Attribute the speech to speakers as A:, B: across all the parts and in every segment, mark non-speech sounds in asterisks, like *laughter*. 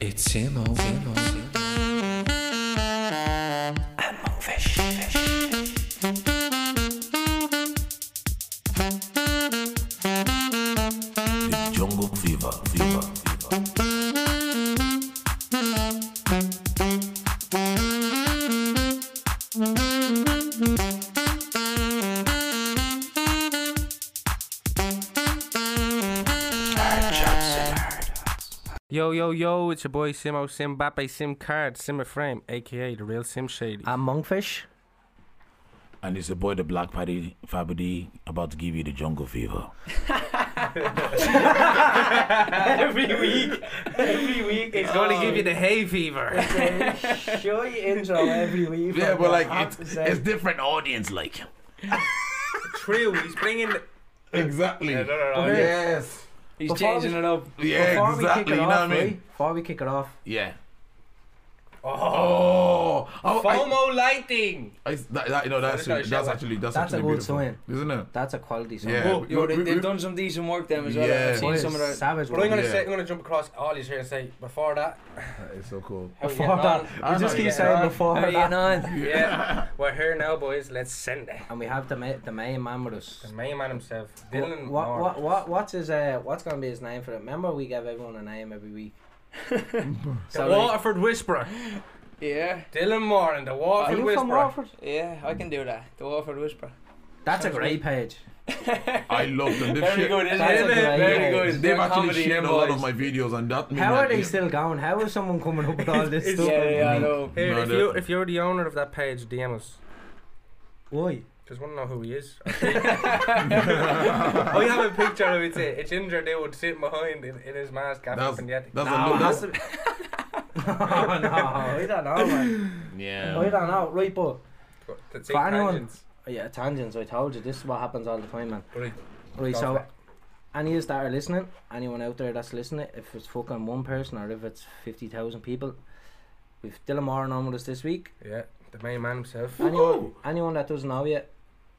A: It's Imo. Imo.
B: Jungle Fever, Fever, Fever.
C: Yo, yo, yo, it's your boy Simo Simbappe Sim Card Simmer Frame, aka the real Sim Shady.
D: I'm Monkfish.
B: And it's your boy, the Black Party Fabody, about to give you the Jungle Fever.
D: Every week, every week it's
C: gonna give you the hay fever.
D: the shitty intro every week.
B: Yeah,
D: from
B: but
D: the
B: like
D: top
B: it's,
D: to say.
B: it's different audience, like.
C: True, he's bringing. The-
B: Exactly. Oh,
D: no.
B: Yes.
C: he's
D: Before
C: changing
D: we-
C: it up.
B: *laughs* Yeah,
D: Before
B: exactly.
D: We kick it
B: You know what
D: off,
B: I mean?
D: right? Before we kick it off,
B: Yeah. Oh, oh I,
C: FOMO lighting.
B: I, that, that, you know, that's,
C: Sorry,
B: that's
C: shower.
B: actually that's,
D: That's a
B: actually
D: good
B: beautiful,
D: sign.
B: isn't it?
D: that's a quality song.
B: Yeah.
C: Oh, yo,
B: We-
C: they,
B: we-
C: they've
B: we-
C: done some decent work them as well.
B: Yeah.
C: I've seen
D: What is
C: some of their.
D: savage?
C: But I'm gonna
B: Yeah.
C: say, I'm gonna jump across all these here and say before that.
B: It's so cool.
C: how we
D: Before
C: getting
D: that,
C: on?
B: I
D: we just
B: know,
D: keep
B: yeah.
D: saying before
C: How you getting
D: that,
C: on? Yeah, we're here now, boys. Let's send it.
D: and we have the ma- the main man with us.
C: The main man himself, Dylan.
D: What, what
C: Moore.
D: what what what's his uh what's gonna be his name for it? Remember we gave everyone a name every week.
C: The
D: So, like,
C: Waterford Whisperer.
E: Yeah,
C: Dylan Moore and the
D: are
C: Waterford
D: you
C: Whisperer.
D: from Waterford?
E: yeah, I can do that. The Waterford Whisper.
D: That's a great page.
B: *laughs* I love them. They've,
E: Very
B: shared-
E: good, isn't it?
D: That's a great
E: Very
D: idea.
E: good.
B: they've
E: They're
B: actually
E: comedy,
B: shared
E: them
B: a lot
E: boys.
B: of my videos, and that. mean
D: How
B: that
D: are they
B: you-
D: still going? How is someone coming up
C: *laughs*
D: with all this
C: It's-
D: stuff?
E: Yeah, yeah, I know.
C: Here,
B: No,
C: if
B: they're-
C: you if you're the owner of that page, DM us.
D: Why?
C: Just want to know who he
D: *laughs*
C: is. *laughs* I have a picture of it. It's a ginger dude sitting behind in, in his mask after
B: That's,
C: Pindetti.
B: that's a
D: No,
B: look.
D: it has
B: That's,
D: to be- *laughs* oh, no, we don't know, man. We
B: Oh, yeah.
D: don't know, right? But
C: That's
D: for anyone, yeah, tangents. I told you, this is what happens all the time, man. Right,
C: Go for
D: so
C: it.
D: any of us that are listening, anyone out there that's listening, if it's fucking one person or if it's fifty thousand people, we've Dylan Moran on with us this week.
C: Yeah, the main man himself.
B: *laughs*
D: Anyone, anyone that doesn't know yet,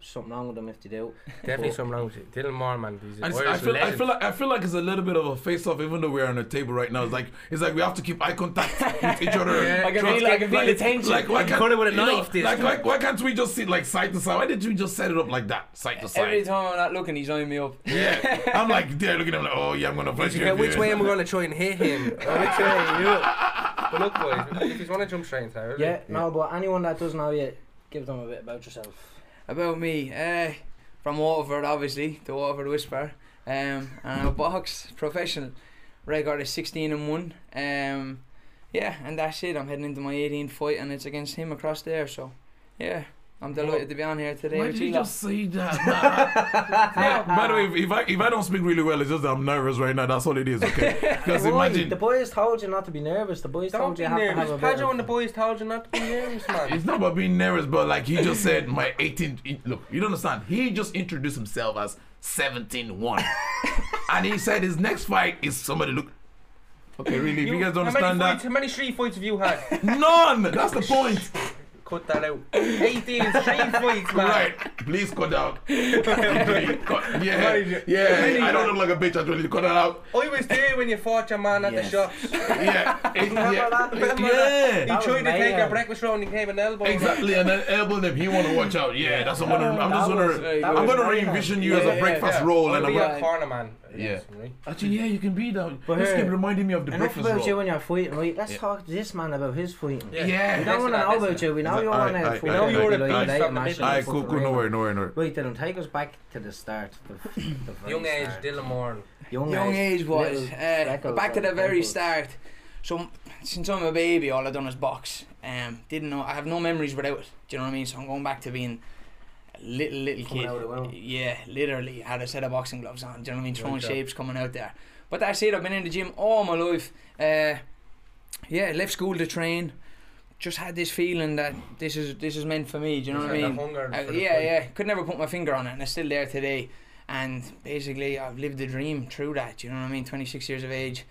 D: something wrong with them if they do.
C: Definitely something wrong with it. Dylan Moore, man. He's an
B: And
C: Irish
B: I feel, I
C: legend.
B: feel like I feel like it's a little bit of a face-off, even though we're on a table right now. It's like it's like we have to keep
E: *laughs*
B: eye contact with each other.
C: Yeah.
E: I can
B: Trust-
E: feel, I can feel the tension.
B: Like why can't
C: cut it with a
B: you know,
C: knife, this
B: like
C: guy.
B: why, why can't we just sit like side to side? Why didn't we just set it up like that, side to
E: Every
B: side?
E: time I'm not looking, he's eyeing me up.
B: Yeah, I'm like there looking at him like, oh yeah, I'm gonna punch you.
C: Yeah, which way am I going to try and
B: *laughs*
C: hit him? Or which way? Yeah. But look, boys, if you want to jump straight into it,
D: Yeah, no, but anyone that doesn't know yet, give them a bit about yourself.
E: About me, uh, from Waterford, obviously, the Waterford Whisper. Um, and I'm a box professional. Record is 16 and 1. Um, yeah, and that's it. I'm heading into my 18th fight, and it's against him across there. So, yeah, I'm delighted to be on here today.
B: Why
E: with
B: did you
E: lot.
B: just say that?
E: *laughs*
B: Nah. By the way, if, if I if I don't speak really well, it's just that I'm nervous right now. That's all it is,
E: *laughs*
B: okay? Because
D: Why?
B: imagine
D: the boys told you not to be nervous. The boys
C: Don't
D: told
C: be
D: you have
C: nervous.
D: to have a bit.
C: Padjo and the boys told you not to be nervous, man.
B: It's not about being nervous, but like he just said, my 18th. he- Look, you don't understand. He just introduced himself as 17 1. and he said his next fight is somebody look. Okay, really, *laughs* if you, guys don't
C: how many
B: understand
C: fights-
B: that,
C: How many street fights have you had?
B: none! That's the point.
C: Cut that out. 18 straight fights, man. *laughs*
B: Right, please cut out. Cut- Yeah, yeah, I don't look like a bitch actually. Cut that out.
C: I was there when you fought your man at the
D: Yes.
C: shops. He
B: Yeah, it-
D: that?
B: yeah.
C: Remember
B: yeah.
D: That was
C: tried to take a
D: mayhem.
C: breakfast roll and he gave an elbow.
B: Exactly, and then elbowed him. He want to watch out. Yeah, that's what I'm gonna. I'm
D: That
B: just
D: was-
B: gonna.
D: that
B: I'm
D: was
B: gonna
D: mayhem.
B: re-envision you as
E: Yeah,
B: a
E: yeah,
B: breakfast
C: yeah.
B: roll, and
C: I'll
B: I'm
C: be
B: gonna.
C: a corner man.
B: Yeah.
C: Right?
B: Actually, yeah, you can be that.
D: But
B: this
D: here-
B: keep reminding me of the
D: Enough
B: breakfast
D: about you
B: roll.
D: and your fighting, right? Let's
B: Yeah.
D: talk to this man about his fighting.
C: Yeah.
D: We
B: Yeah.
D: don't want to know about you. We know
B: Is it-
D: you're
B: aye,
D: on
B: aye,
D: out. We
B: aye,
D: know
B: aye,
D: you're
B: aye, aye.
D: a beast
C: Aye,
D: from the middle.
B: Aye, cool, cool. No worry, no worry, no worry.
D: Right, Dylan, take us back to the start.
C: *coughs*
D: The, the very
C: Young age,
D: start.
C: Dylan Moran.
D: Young,
E: Young age was.
D: little
E: Uh,
D: freckles
E: back to
D: on
E: the very
D: temples.
E: start. So since I'm a baby, all I've done is box. Um, didn't know. I have no memories without it. Do you know what I mean? So I'm going back to being a little little
D: Coming
E: kid.
D: out of the womb.
E: Yeah, literally had a set of boxing gloves on. Do you know what I mean? Throwing
C: Right, yeah.
E: shapes coming out there. But that's it. I've been in the gym all my life. Uh, yeah, left school to train. Just had this feeling that this is this is meant for me. Do you know what I mean? Uh, yeah, yeah. Could never put my finger on it, and it's still there today. And basically, I've lived the dream through that. You know what I mean? 26 years of age,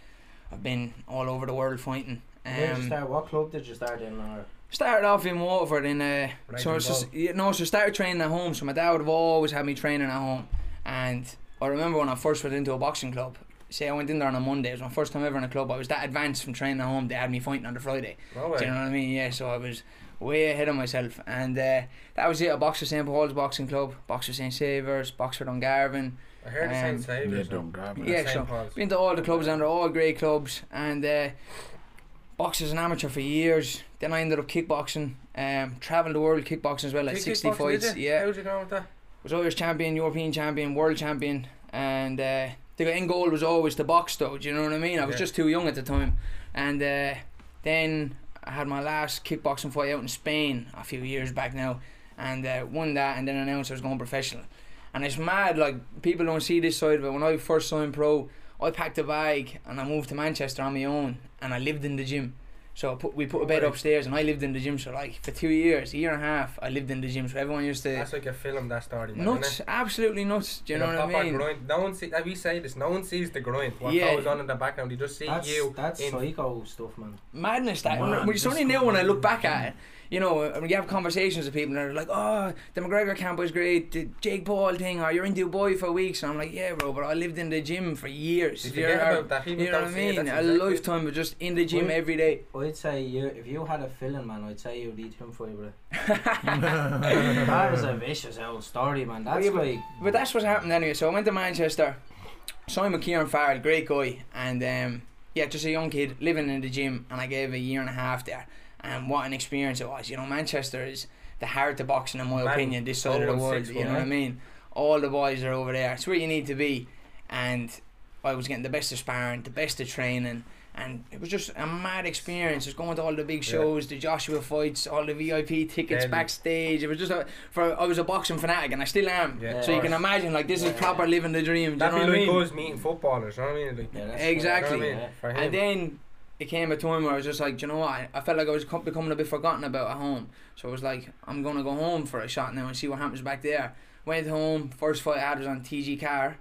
E: I've been all over the world fighting.
D: Where did you
E: Um,
D: start? What club did you start in? Or
E: started off in Waterford in uh,
C: Right
E: so,
C: in
E: so yeah, no, so started training at home. So my dad would have always had me training at home, and I remember when I first went into a boxing club. say I went in there on a Monday. It was my first time ever in a club. I was that advanced from training at home. They had me fighting on the Friday.
C: No way.
E: Do you know what I mean? Yeah, so I was way ahead of myself. And uh, that was it. A Boxer St. Paul's Boxing Club, Boxer St. Savers, Boxer Dungarvan.
C: I heard the
E: Um,
C: same save.
B: Yeah, don't grab it.
E: Yeah, so- Been to all the clubs and they're all great clubs. And uh, boxed as an amateur for years. Then I ended up kickboxing. Um, traveled the world kickboxing as well, like 60 fights. Yeah.
C: How'd you go with that?
E: was Irish champion, European champion, world champion, and uh, the end goal was always the box, though. Do you know what I mean? I was
C: Yeah.
E: just too young at the time, and uh, then I had my last kickboxing fight out in Spain a few years back now, and uh, won that, and then announced I was going professional. And it's mad, like people don't see this side of it. When I first signed pro, I packed a bag and I moved to Manchester on my own, and I lived in the gym. So I put, we put a bed
C: Right.
E: upstairs, and I lived in the gym. So like for two years, a year and a half, I lived in the gym. So everyone used to
C: That's like a film that started.
E: nuts, absolutely nuts. Do you know what I mean?
C: Grind. No one see, uh, we say this. No one sees the grind. What
E: Yeah.
C: goes on in the background? You just see
D: That's,
C: you.
D: that's
C: in,
D: psycho stuff, man.
E: Madness that.
B: Man,
E: when it's
B: that's
E: only now when I look back
B: crazy.
E: at it, you know, when you have conversations with people and they're like, "Oh, the McGregor camp was great. The Jake Paul thing, or you're in Dubai for weeks," and I'm like, "Yeah, bro, but I lived in the gym for years.
C: Did you
E: You're-
C: hear about that? People
E: you know what I
C: don't see it,
E: mean?
C: that's
E: A
C: exactly-
E: lifetime of just in the gym
D: Well-
E: every day.
D: I'd say you if you had a filling, man, I'd say you'd eat him for you,
E: *laughs*
D: bro. *laughs* that is a vicious old story, man. That's
E: Yeah,
D: like
E: But that's what's happened anyway. So I went to Manchester, signed with Kieran Farrell, great guy, and um, yeah, just a young kid living in the gym, and I gave a year and a half there, and what an experience it was. You know, Manchester is the heart of boxing, in my
C: Man,
E: opinion, this side of the world.
C: 016
E: You know
C: one,
E: what I
C: eh?
E: mean? All the boys are over there. It's where you need to be, and I was getting the best of sparring, the best of training. And it was just a mad experience. Just going to all the big
C: Yeah.
E: shows, the Joshua fights, all the VIP tickets
C: Then-
E: backstage. It was just a, for I was a boxing fanatic, and I still am.
C: Yeah,
E: So you can
C: course.
E: imagine, like, this is
D: Yeah.
E: proper living the dream. Do you
C: That'd
E: know
C: be
E: what I
C: like
E: mean?
C: us meeting footballers. You know what I mean? Like,
D: yeah, that's
E: Exactly.
C: You know
D: Yeah.
C: what I mean? For him.
E: And then it came a time where I was just like, do you know what? I, I felt like I was co- becoming a bit forgotten about at home. So I was like, I'm gonna go home for a shot now and see what happens back there. Went home. First fight I had was on TG Car.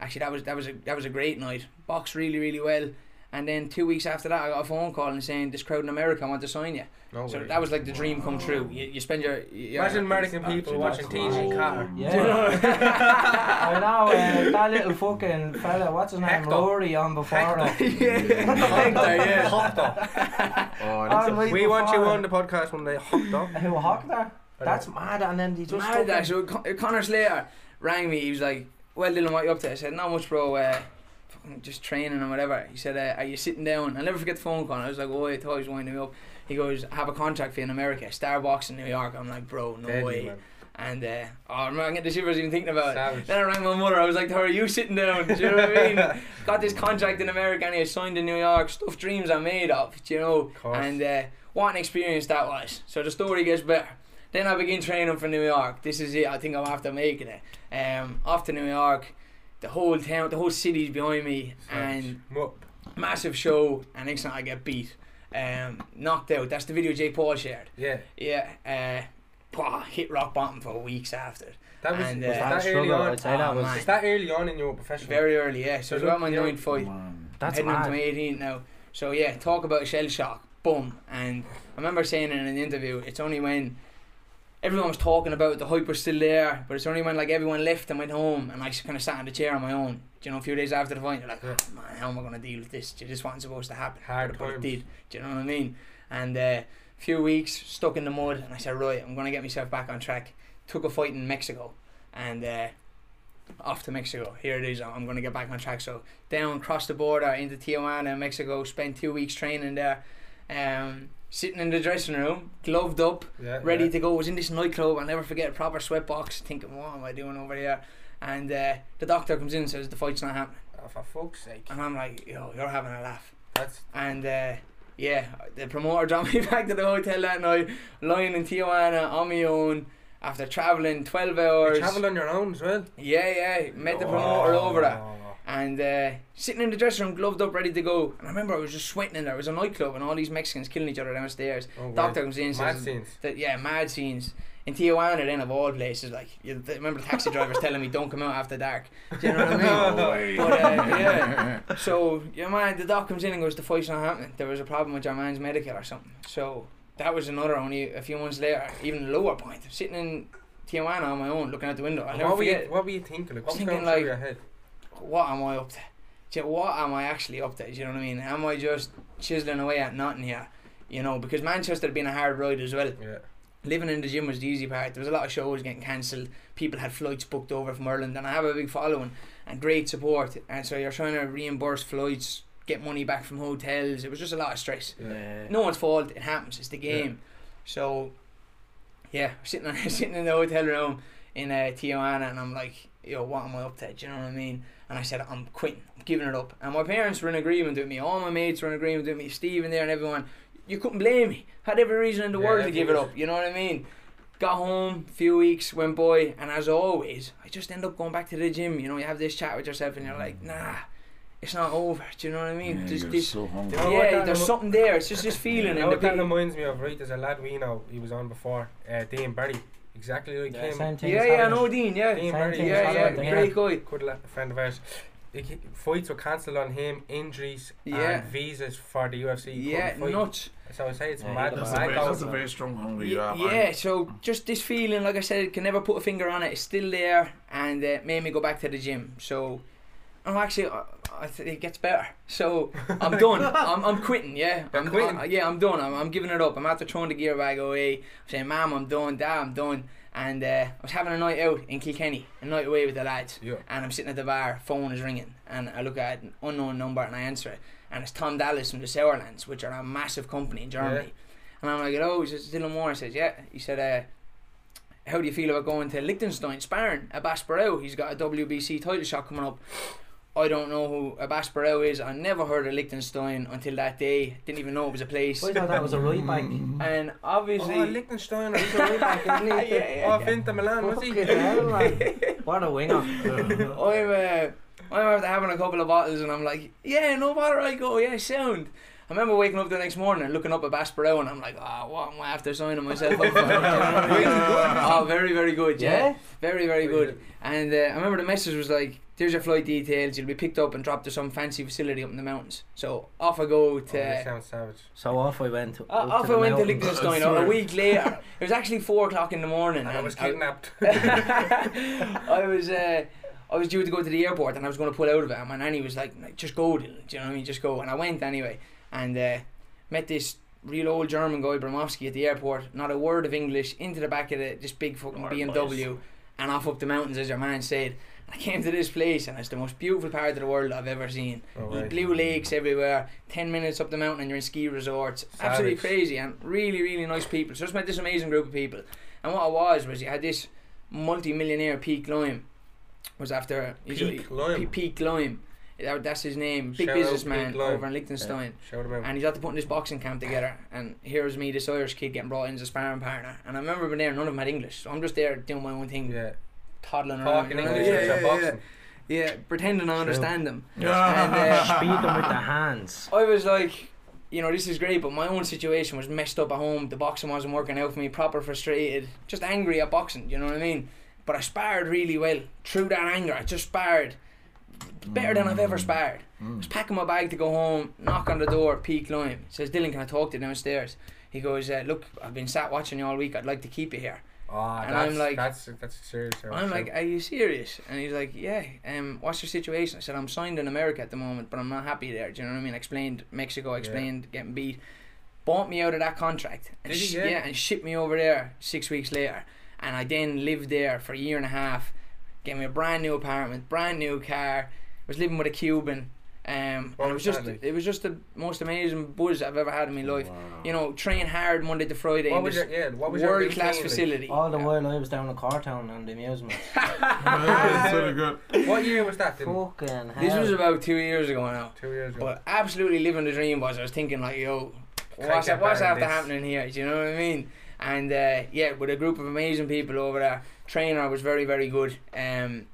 E: Actually, that was that was a that was a great night. Boxed really really well. And then two weeks after that, I got a phone call and saying this crowd in America want to sign you.
C: no
E: So
C: way. *laughs*
E: that was like the dream come true. You, you spend your, your *laughs*
C: Imagine American people
B: actually
C: watching
B: that's
C: TG
B: cool.
C: Carter.
D: Yeah.
C: *laughs*
D: I know uh, that little fucking fella, what's his name,
C: Hector.
D: Rory on before uh,
C: Hector.
D: us.
E: yeah, *laughs* Hector, yeah.
C: Hopped up.
B: *laughs* Oh, that's
D: On way
C: We want you
D: before.
C: on the podcast one day. Hopped *laughs* up.
D: Who hocked her? That's mad, and then he just
E: Mad that.
D: fucking-
E: So Con- Connor Slater rang me. He was like, "Well, Dylan, what you up to?" I said, "Not much, bro. Uh, fucking just training and whatever." He said, uh, "Are you sitting down?" I'll never forget the phone call. I was like, "Oh, I thought he was winding me up." He goes, "I have a contract for you in America, Starbucks in New York." I'm like, "Bro, no
C: Deadly,
E: way."
C: man.
E: And uh, oh, I'm getting the shivers even thinking about it.
C: Savage.
E: Then I rang my mother. I was like, "How are you sitting down?" Do you know what I
C: *laughs*
D: *laughs*
E: mean? Got this contract in America, and I signed in New York. Stuff dreams I made of. Do you know?
C: course.
E: And uh, what an experience that was. So the story gets better. Then I begin training for New York. This is it. I think I'm after making it. Um, off to New York. The whole town, the whole city's behind me, and
C: Mup.
E: massive show. And next night I get beat, um, knocked out. That's the video Jay Paul shared.
C: Yeah.
E: Yeah. Uh, pah, hit rock bottom for weeks after.
C: That was,
E: And,
C: was
E: uh,
C: that,
D: That's
C: early
D: struggle,
C: on.
D: I'd say that
E: Oh,
D: was.
E: man.
C: Was that early on in your profession?
E: Very early, yeah. So it was about my ninth fight.
B: man. *laughs*
D: That's
E: heading into
D: mad.
E: my 18 now. So yeah, talk about shell shock, boom. And I remember saying in an interview, it's only when everyone was talking about it, the hype was still there, but it's only when like everyone left and went home, and I kind of sat in the chair on my own. Do you know, a few days after the fight, you're like,
C: Yeah.
E: "Oh, man, how am I gonna deal with this? This wasn't supposed to happen.
C: Hard
E: but it
C: times.
E: did. Do you know what I mean? And uh, a few weeks stuck in the mud, and I said, right, I'm gonna get myself back on track. Took a fight in Mexico, and. Uh, off to Mexico. Here it is. I'm- I'm going to get back on track. So down, cross the border into Tijuana, Mexico. Spent two weeks training there. Um, sitting in the dressing room, gloved up,
C: Yeah,
E: ready
C: yeah.
E: to go. Was in this nightclub. I'll never forget. Proper sweatbox. Thinking, what am I doing over here? And uh, the doctor comes in and says the fight's not happening.
C: Oh, for fuck's sake.
E: And I'm like, yo, you're having a laugh.
C: That's
E: And uh, yeah, the promoter *laughs* dropped me back to the hotel that night, lying in Tijuana on my own after traveling 12
C: you
E: hours.
C: travel on your own as well.
E: Yeah, yeah. Met the
C: Oh.
E: promoter over that and uh, sitting in the dressing room, gloved up, ready to go. And I remember I was just sweating in there. It was a nightclub, and all these Mexicans killing each other downstairs.
C: Oh, wow.
E: Doctor comes in, and
C: Mad
E: says,
C: scenes.
E: that, "Yeah, mad scenes." In Tijuana, then of all places, like you th- remember the taxi drivers telling me, "Don't come out after dark." Do you know what
C: *laughs*
E: *laughs* I mean?
B: No way.
E: But, uh,
B: *laughs*
E: yeah. So your man, the doc comes in and goes, "The fight's not happening. There was a problem with your man's medical or something." So that was another only a few months later, even lower point. Sitting in Tijuana on my own, looking out the window. I'll never
C: What were,
E: forget.
C: you, what were you thinking? Like, what was
E: Thinking
C: going
E: like-
C: through your head?
E: what am I up to? "Shit, what am I actually up to? Do you know what I mean? Am I just chiseling away at nothing here? You know, because Manchester had been a hard road as well.
C: Yeah.
E: Living in the gym was the easy part. There was a lot of shows getting cancelled. People had flights booked over from Ireland, and I have a big following and great support. And so you're trying to reimburse flights, get money back from hotels. It was just a lot of stress.
D: Yeah.
E: No one's fault. It happens. It's the game. So, yeah, sitting on, *laughs* sitting in the hotel room in uh, Tijuana, and I'm like, yo, what am I up to? Do you know what I mean? And I said, I'm quitting. I'm giving it up. And my parents were in agreement with me. All my mates were in agreement with me. Steve in there and everyone. You couldn't blame me. Had every reason in the
C: Yeah,
E: world to give it
C: everyone-
E: up. You know what I mean? Got home, few weeks went by, and as always, I just end up going back to the gym. You know, you have this chat with yourself, and you're like, nah, it's not over. Do you know what I mean? Just this,
B: so hungry.
C: You know Oh, what
E: yeah,
C: that
E: there's
C: remo-
E: something there. It's just this feeling.
C: You
E: and
C: know
E: the
C: what that
E: people-
C: reminds me of, right? There's a lad we know, he was on before, uh, Dane Barry. Exactly like
D: Yeah,
C: him.
D: same thing.
E: yeah,
D: as
E: yeah, I
D: Hamish.
E: know Dean. Yeah,
C: Dean
D: Same
C: Barry,
D: thing
E: yeah,
D: as
E: yeah,
D: Hamish,
C: yeah.
E: great guy.
C: Good lad, friend of ours. Like, he- Fights were cancelled on him, injuries
E: Yeah.
C: and visas for the UFC. He
E: Yeah,
C: couldn't fight.
E: nuts.
C: So I say it's
D: Yeah,
C: mad.
D: he
B: That's a
C: mad
B: very, that's
C: goals,
B: a
C: man.
B: very strong hunger you
E: Yeah,
B: have.
E: yeah, so just this feeling, like I said, can never put a finger on it. It's still there, and uh, made me go back to the gym. So, oh, actually, I, I think it gets better.
C: *laughs*
E: So I'm done. I'm, I'm quitting. Yeah,
C: You're
E: I'm
C: quitting?
E: I- yeah, I'm done. I'm, I'm giving it up. I'm after throwing the gear bag away. I'm saying, "Mom, I'm done. Dad, I'm done." And uh, I was having a night out in Kilkenny, a night away with the lads.
C: Yeah.
E: and I'm sitting at the bar, phone is ringing, and I look at an unknown number and I answer it, and it's Tom Dallas from the Sourlands, which are a massive company in Germany. And I'm like, oh, he says, Dylan Moore. I says, yeah. He said, uh, how do you feel about going to Liechtenstein, sparring at Barrow? He's got a WBC title shot coming up. I don't know who Abbas Barrow is. I never heard of Liechtenstein until that day. Didn't even know it was a place.
D: I thought that was
E: *laughs*
D: a right back.
B: Mm.
E: And
C: Oh,
E: obviously,
C: Liechtenstein, he's a way back, isn't
E: *laughs*
C: he?
E: Yeah, yeah,
C: oh, Inter Milan, was he?
D: Fucking hell, man. What a winger.
E: I'm uh, I'm after having a couple of bottles and I'm like, yeah, no bother, I go, yeah, sound. I remember waking up the next morning and looking up at Bass Barrow and I'm like, ah, what am I after signing myself up for? You know what I mean? oh, very, very good, *laughs* yeah. Very, very good.
C: oh,
E: And uh, I remember the message was like, there's your flight details, you'll be picked up and dropped to some fancy facility up in the mountains. So off I go
C: Oh, this
E: to.
C: sounds savage.
D: So off I went.
E: Uh, off I went to
D: *laughs*
E: Liechtenstein
B: Uh,
E: a
B: sorry.
E: week later. It was actually four o'clock in the morning.
C: And I was
E: I- *laughs*
C: kidnapped. *laughs*
E: I was uh, I was due to go to the airport and I was going to pull out of it and my nanny was like, like just go Dylan do you know what I mean just go and I went anyway and uh, met this real old German guy Bramowski at the airport not a word of English into the back of the, this big fucking
B: Alright,
E: BMW and off up the mountains as your man said I came to this place and it's the most beautiful part of the world I've ever seen
C: Oh,
E: Little
C: right.
E: blue lakes everywhere 10 minutes up the mountain and you're in ski resorts absolutely
C: Savage.
E: crazy and really really nice people so I just met this amazing group of people and what I was was you had this multi-millionaire Pete Lime was after he's a-
C: Peak Lime.
E: Pe- Pete Lime that- that's his name big
C: Shout out
E: businessman
C: Pete Lime.
E: over in Liechtenstein
C: Shout him out.
E: and he's after putting this boxing camp together and here's me this Irish kid getting brought in as a sparring partner and I remember being there none of them had English so I'm just there doing my own thing
C: yeah.
E: toddling around
C: Talking
E: you know what I
C: English
E: mean?
C: is a
E: yeah,
C: boxing.
E: yeah, yeah. pretending I understand them
B: *laughs* Yeah. *laughs*
D: Beat them with
E: *laughs*
D: the hands.
E: I was like, you know, this is great, but my own situation was messed up at home. The boxing wasn't working out for me, proper frustrated, just angry at boxing, you know what I mean? But I sparred really well through that anger. I just sparred better than I've ever sparred. I was packing my bag to go home, knock on the door, Pete Lime says, Dylan, can I talk to you downstairs? He goes, uh, Look, I've been sat watching you all week. I'd like to keep you here.
C: Ah,
E: And
C: that's,
E: I'm like-
C: that's that's serious. I would
E: I'm
C: say.
E: like, are you serious? And he's like, yeah. Um, what's your situation? I said, I'm signed in America at the moment, but I'm not happy there. Do you know what I mean? I explained Mexico. I explained getting beat. Bought me out of that contract. And
C: Did he?
E: sh-
C: Yeah.
E: and shipped me over there six weeks later. And I then lived there for a year and a half. Gave me a brand new apartment, brand new car. Was living with a Cuban. Um,
C: What
E: and it was
C: was
E: just
C: that like?
E: it was just the most amazing buzz I've ever had in my life.
B: Mm.
E: You
B: *laughs*
E: know, train hard Monday to Friday
C: Oh, what
E: in
C: was
E: this
C: your yeah? What was your
E: world class
C: routine
E: facility.
D: All the while I was down in Cartown on
E: *laughs*
D: the amusement.
B: Yeah, so good.
C: like? What year was that? Then?
D: Fucking hell.
E: This was about two years ago now.
C: Two years ago.
E: But absolutely living the dream was I was thinking like, yo,
C: Can't
E: what's,
C: get
E: what's
C: better than
E: after
C: this.
E: happening here? Do you know what I mean? And uh, yeah, with a group of amazing people over there. Trainer was very, very good. Um,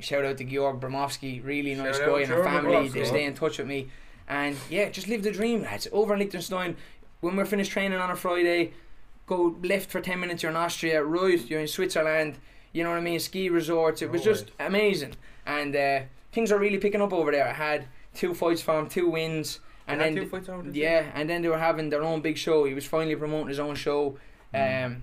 E: shout out to Georg Bromovsky, really
C: Shout
E: nice
C: out
E: guy and a
C: Georg
E: family. They
C: Bromovsky.
E: stay in touch with me. And yeah, just live the dream, lads. Over in Liechtenstein, when we're finished training on a Friday, go left for 10 minutes, you're in Austria, right, you're in Switzerland, you know what I mean, ski resorts. It was
C: No
E: just amazing. And uh, things are really picking up over there. I had two fights for him, two wins. And
C: Had
E: then,
C: two fights over the Mm.
E: yeah, and then they were having their own big show. He was finally promoting his own show. Um,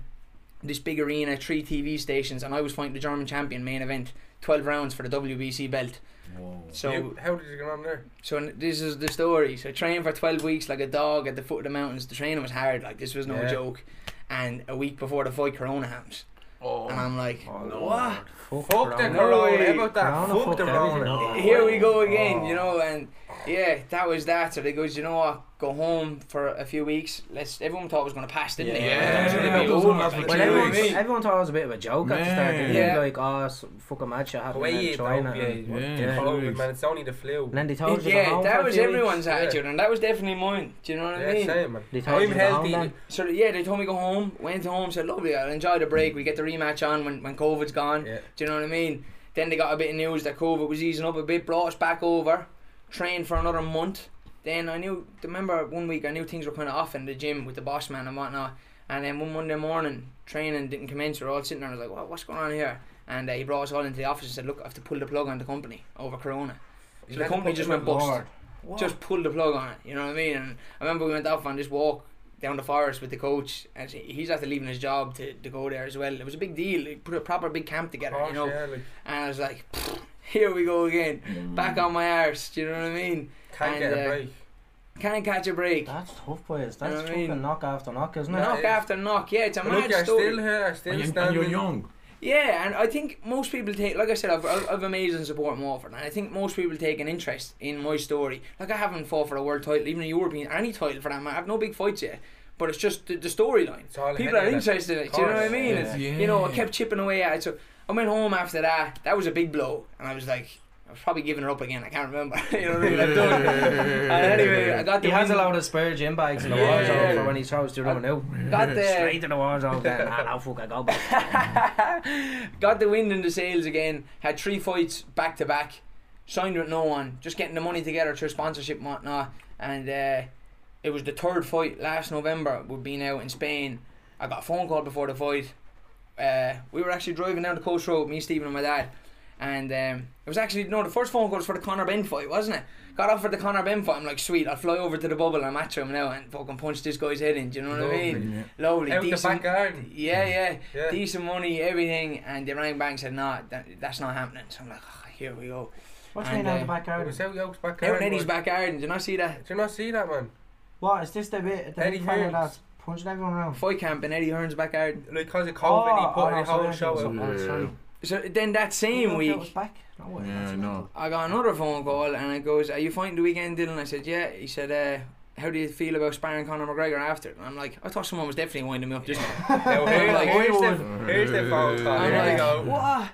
E: this big arena, three TV stations, and I was fighting the German champion main event, twelve rounds for the WBC belt.
B: Whoa.
E: So
C: You- how did you get on there?
E: so n- this is the story. So I trained for 12 weeks like a dog at the foot of the mountains. The training was hard. Like this was no
C: Yeah.
E: joke. And a week before the fight, Corona happens.
B: Oh.
E: And I'm like,
D: Oh,
E: what?
D: Fuck,
C: Fuck the
D: Corona.
C: corona.
E: way.
C: How about that?
D: Corona
C: Fuck
D: fucked
C: the
D: everything
C: corona.
D: up.
E: Here we go again, you know. And yeah, that was that. So they goes, you know what? Go home for a few weeks. Let's. Everyone thought it was gonna pass, didn't they?
B: Yeah.
E: It was gonna
B: Yeah,
E: be
B: those
E: over,
B: ones last for
E: like,
B: two
E: you know what I
B: weeks.
E: mean?
D: Everyone thought it was a bit of a joke at the start. They
E: Man.
D: were like, oh, it's fucking match that happened
C: Away
D: in
C: it
D: China.
C: up, yeah.
D: And,
B: Yeah,
C: yeah.
D: yeah.
C: COVID, man. It's only the flu.
D: and then they told you to go
E: yeah,
D: home for
E: that
D: a
E: was
D: few
E: everyone's
D: weeks.
E: attitude, and that was definitely mine. Do you know what I
C: Yeah,
E: mean?
C: same, man.
D: They told
C: I'm
D: you to go home
C: healthy.
D: then.
E: So yeah, they told me go home. Went home. Said, lovely, I'll enjoy the break. We get the rematch on when, when COVID's gone.
C: Yeah.
E: Do you know what I mean? Then they got a bit of news that COVID was easing up a bit. Brought us back over. Trained for another month. Then I knew. Remember one week I knew things were kind of off in the gym with the boss man and whatnot. And then one Monday morning, training didn't commence. We were all sitting there. and I was like, what, what's going on here? And uh, he brought us all into the office and said, look, I have to pull the plug on the company over Corona. So the company just went bust just pull the plug on it. You know what I mean? And I remember we went off on this walk down the forest with the coach, and he- he's after leaving his job to, to go there as well. It was a big deal. They put a proper big camp together,
C: Gosh,
E: you know.
C: yeah, like,
E: And I was like, "Pfft, here we go again, back on my arse. Do you know what I mean?
C: can't
E: And,
C: get a
E: uh,
C: break.
E: Can't catch a break.
D: That's tough, boys.
E: You know
D: That's
E: what I mean?
D: fucking knock after knock, isn't it?
E: Knock
C: Ah, yeah.
E: after knock, yeah, it's a
C: But Look,
E: mad
C: you're
E: story.
C: still here, you're still
B: And, you, and
C: standing.
B: you're young.
E: Yeah, and I think most people take, like I said, I've, I've I've amazing support in Waterford, and I think most people take an interest in my story. Like I haven't fought for a world title, even a European, or any title for that matter. I've no big fights yet, but it's just the, the storyline.
C: It's all
E: People
C: ahead
E: are
C: of them.
E: interested in it. Do you know what I
C: Course.
E: mean? It's-
B: Yeah.
E: You know, I kept chipping away at it. So I went home after that. That was a big blow, and I was like, I was probably giving her up again. I can't remember. *laughs* you know what I mean? I've done. And anyway, I got the
D: He has a
E: win.
D: lot of spare gym bags in the
E: Yeah.
D: war zone for when he tries to run out.
E: Got the
D: Straight to the war zone then. Ah, no, fuck, I go back.
E: got the wind in the sails again. Had three fights back to back. Signed with no one. Just getting the money together through sponsorship and whatnot. And uh, it was the third fight last November. We'd been out in Spain. I got a phone call before the fight. Uh, we were actually driving down the coast road, me, Stephen, and my dad. And um, it was actually no, the first phone call was for the Conor Ben fight, wasn't it? Got offered the Conor Ben fight. I'm like, sweet, I'll fly over to the bubble and match him now and fucking punch this guy's head in. Do you know what I mean?
B: Yeah.
E: Lovely,
C: Out the
E: decent,
C: back garden.
E: yeah, yeah,
C: Yeah.
E: decent money, everything, and the rang bang said, "Nah, that, that's not happening." So I'm like, "Ah, "Here we go."
D: What's
E: And,
D: going on in the
E: uh,
D: back
C: It
D: garden?
C: was out Yoke's back
E: Out in
C: garden,
E: Eddie's
C: boy.
E: back garden, did you not see that
C: Did you not see that, man?
D: What, is this the bit, the
C: Eddie
D: big fella
C: Hearns.
D: that's punching everyone around?
E: fight camp in Eddie Hearn's back garden?
C: Like, because of COVID,
D: Oh,
C: he put the
D: oh, no,
C: whole
D: sorry, I
C: show
D: think
C: out.
D: it was-
B: Yeah.
D: oh, sorry.
E: So then that
D: Didn't
E: same
D: know that was
E: week,
D: back. No way,
B: Yeah,
D: that's
B: I know.
D: mental.
E: I got another phone call, and it goes, "Are you fighting the weekend, Dylan?" I said, "Yeah." He said, uh, "How do you feel about sparring Conor McGregor after?" it?" And I'm like, "I thought someone was definitely winding me up just now."
C: Now,
E: Yeah,
C: here's, *laughs*
E: like,
C: here's, the,
B: Hollywood.
C: here's the phone call.
B: Oh,
E: I'm
C: Here we
E: like,
C: go.
E: What?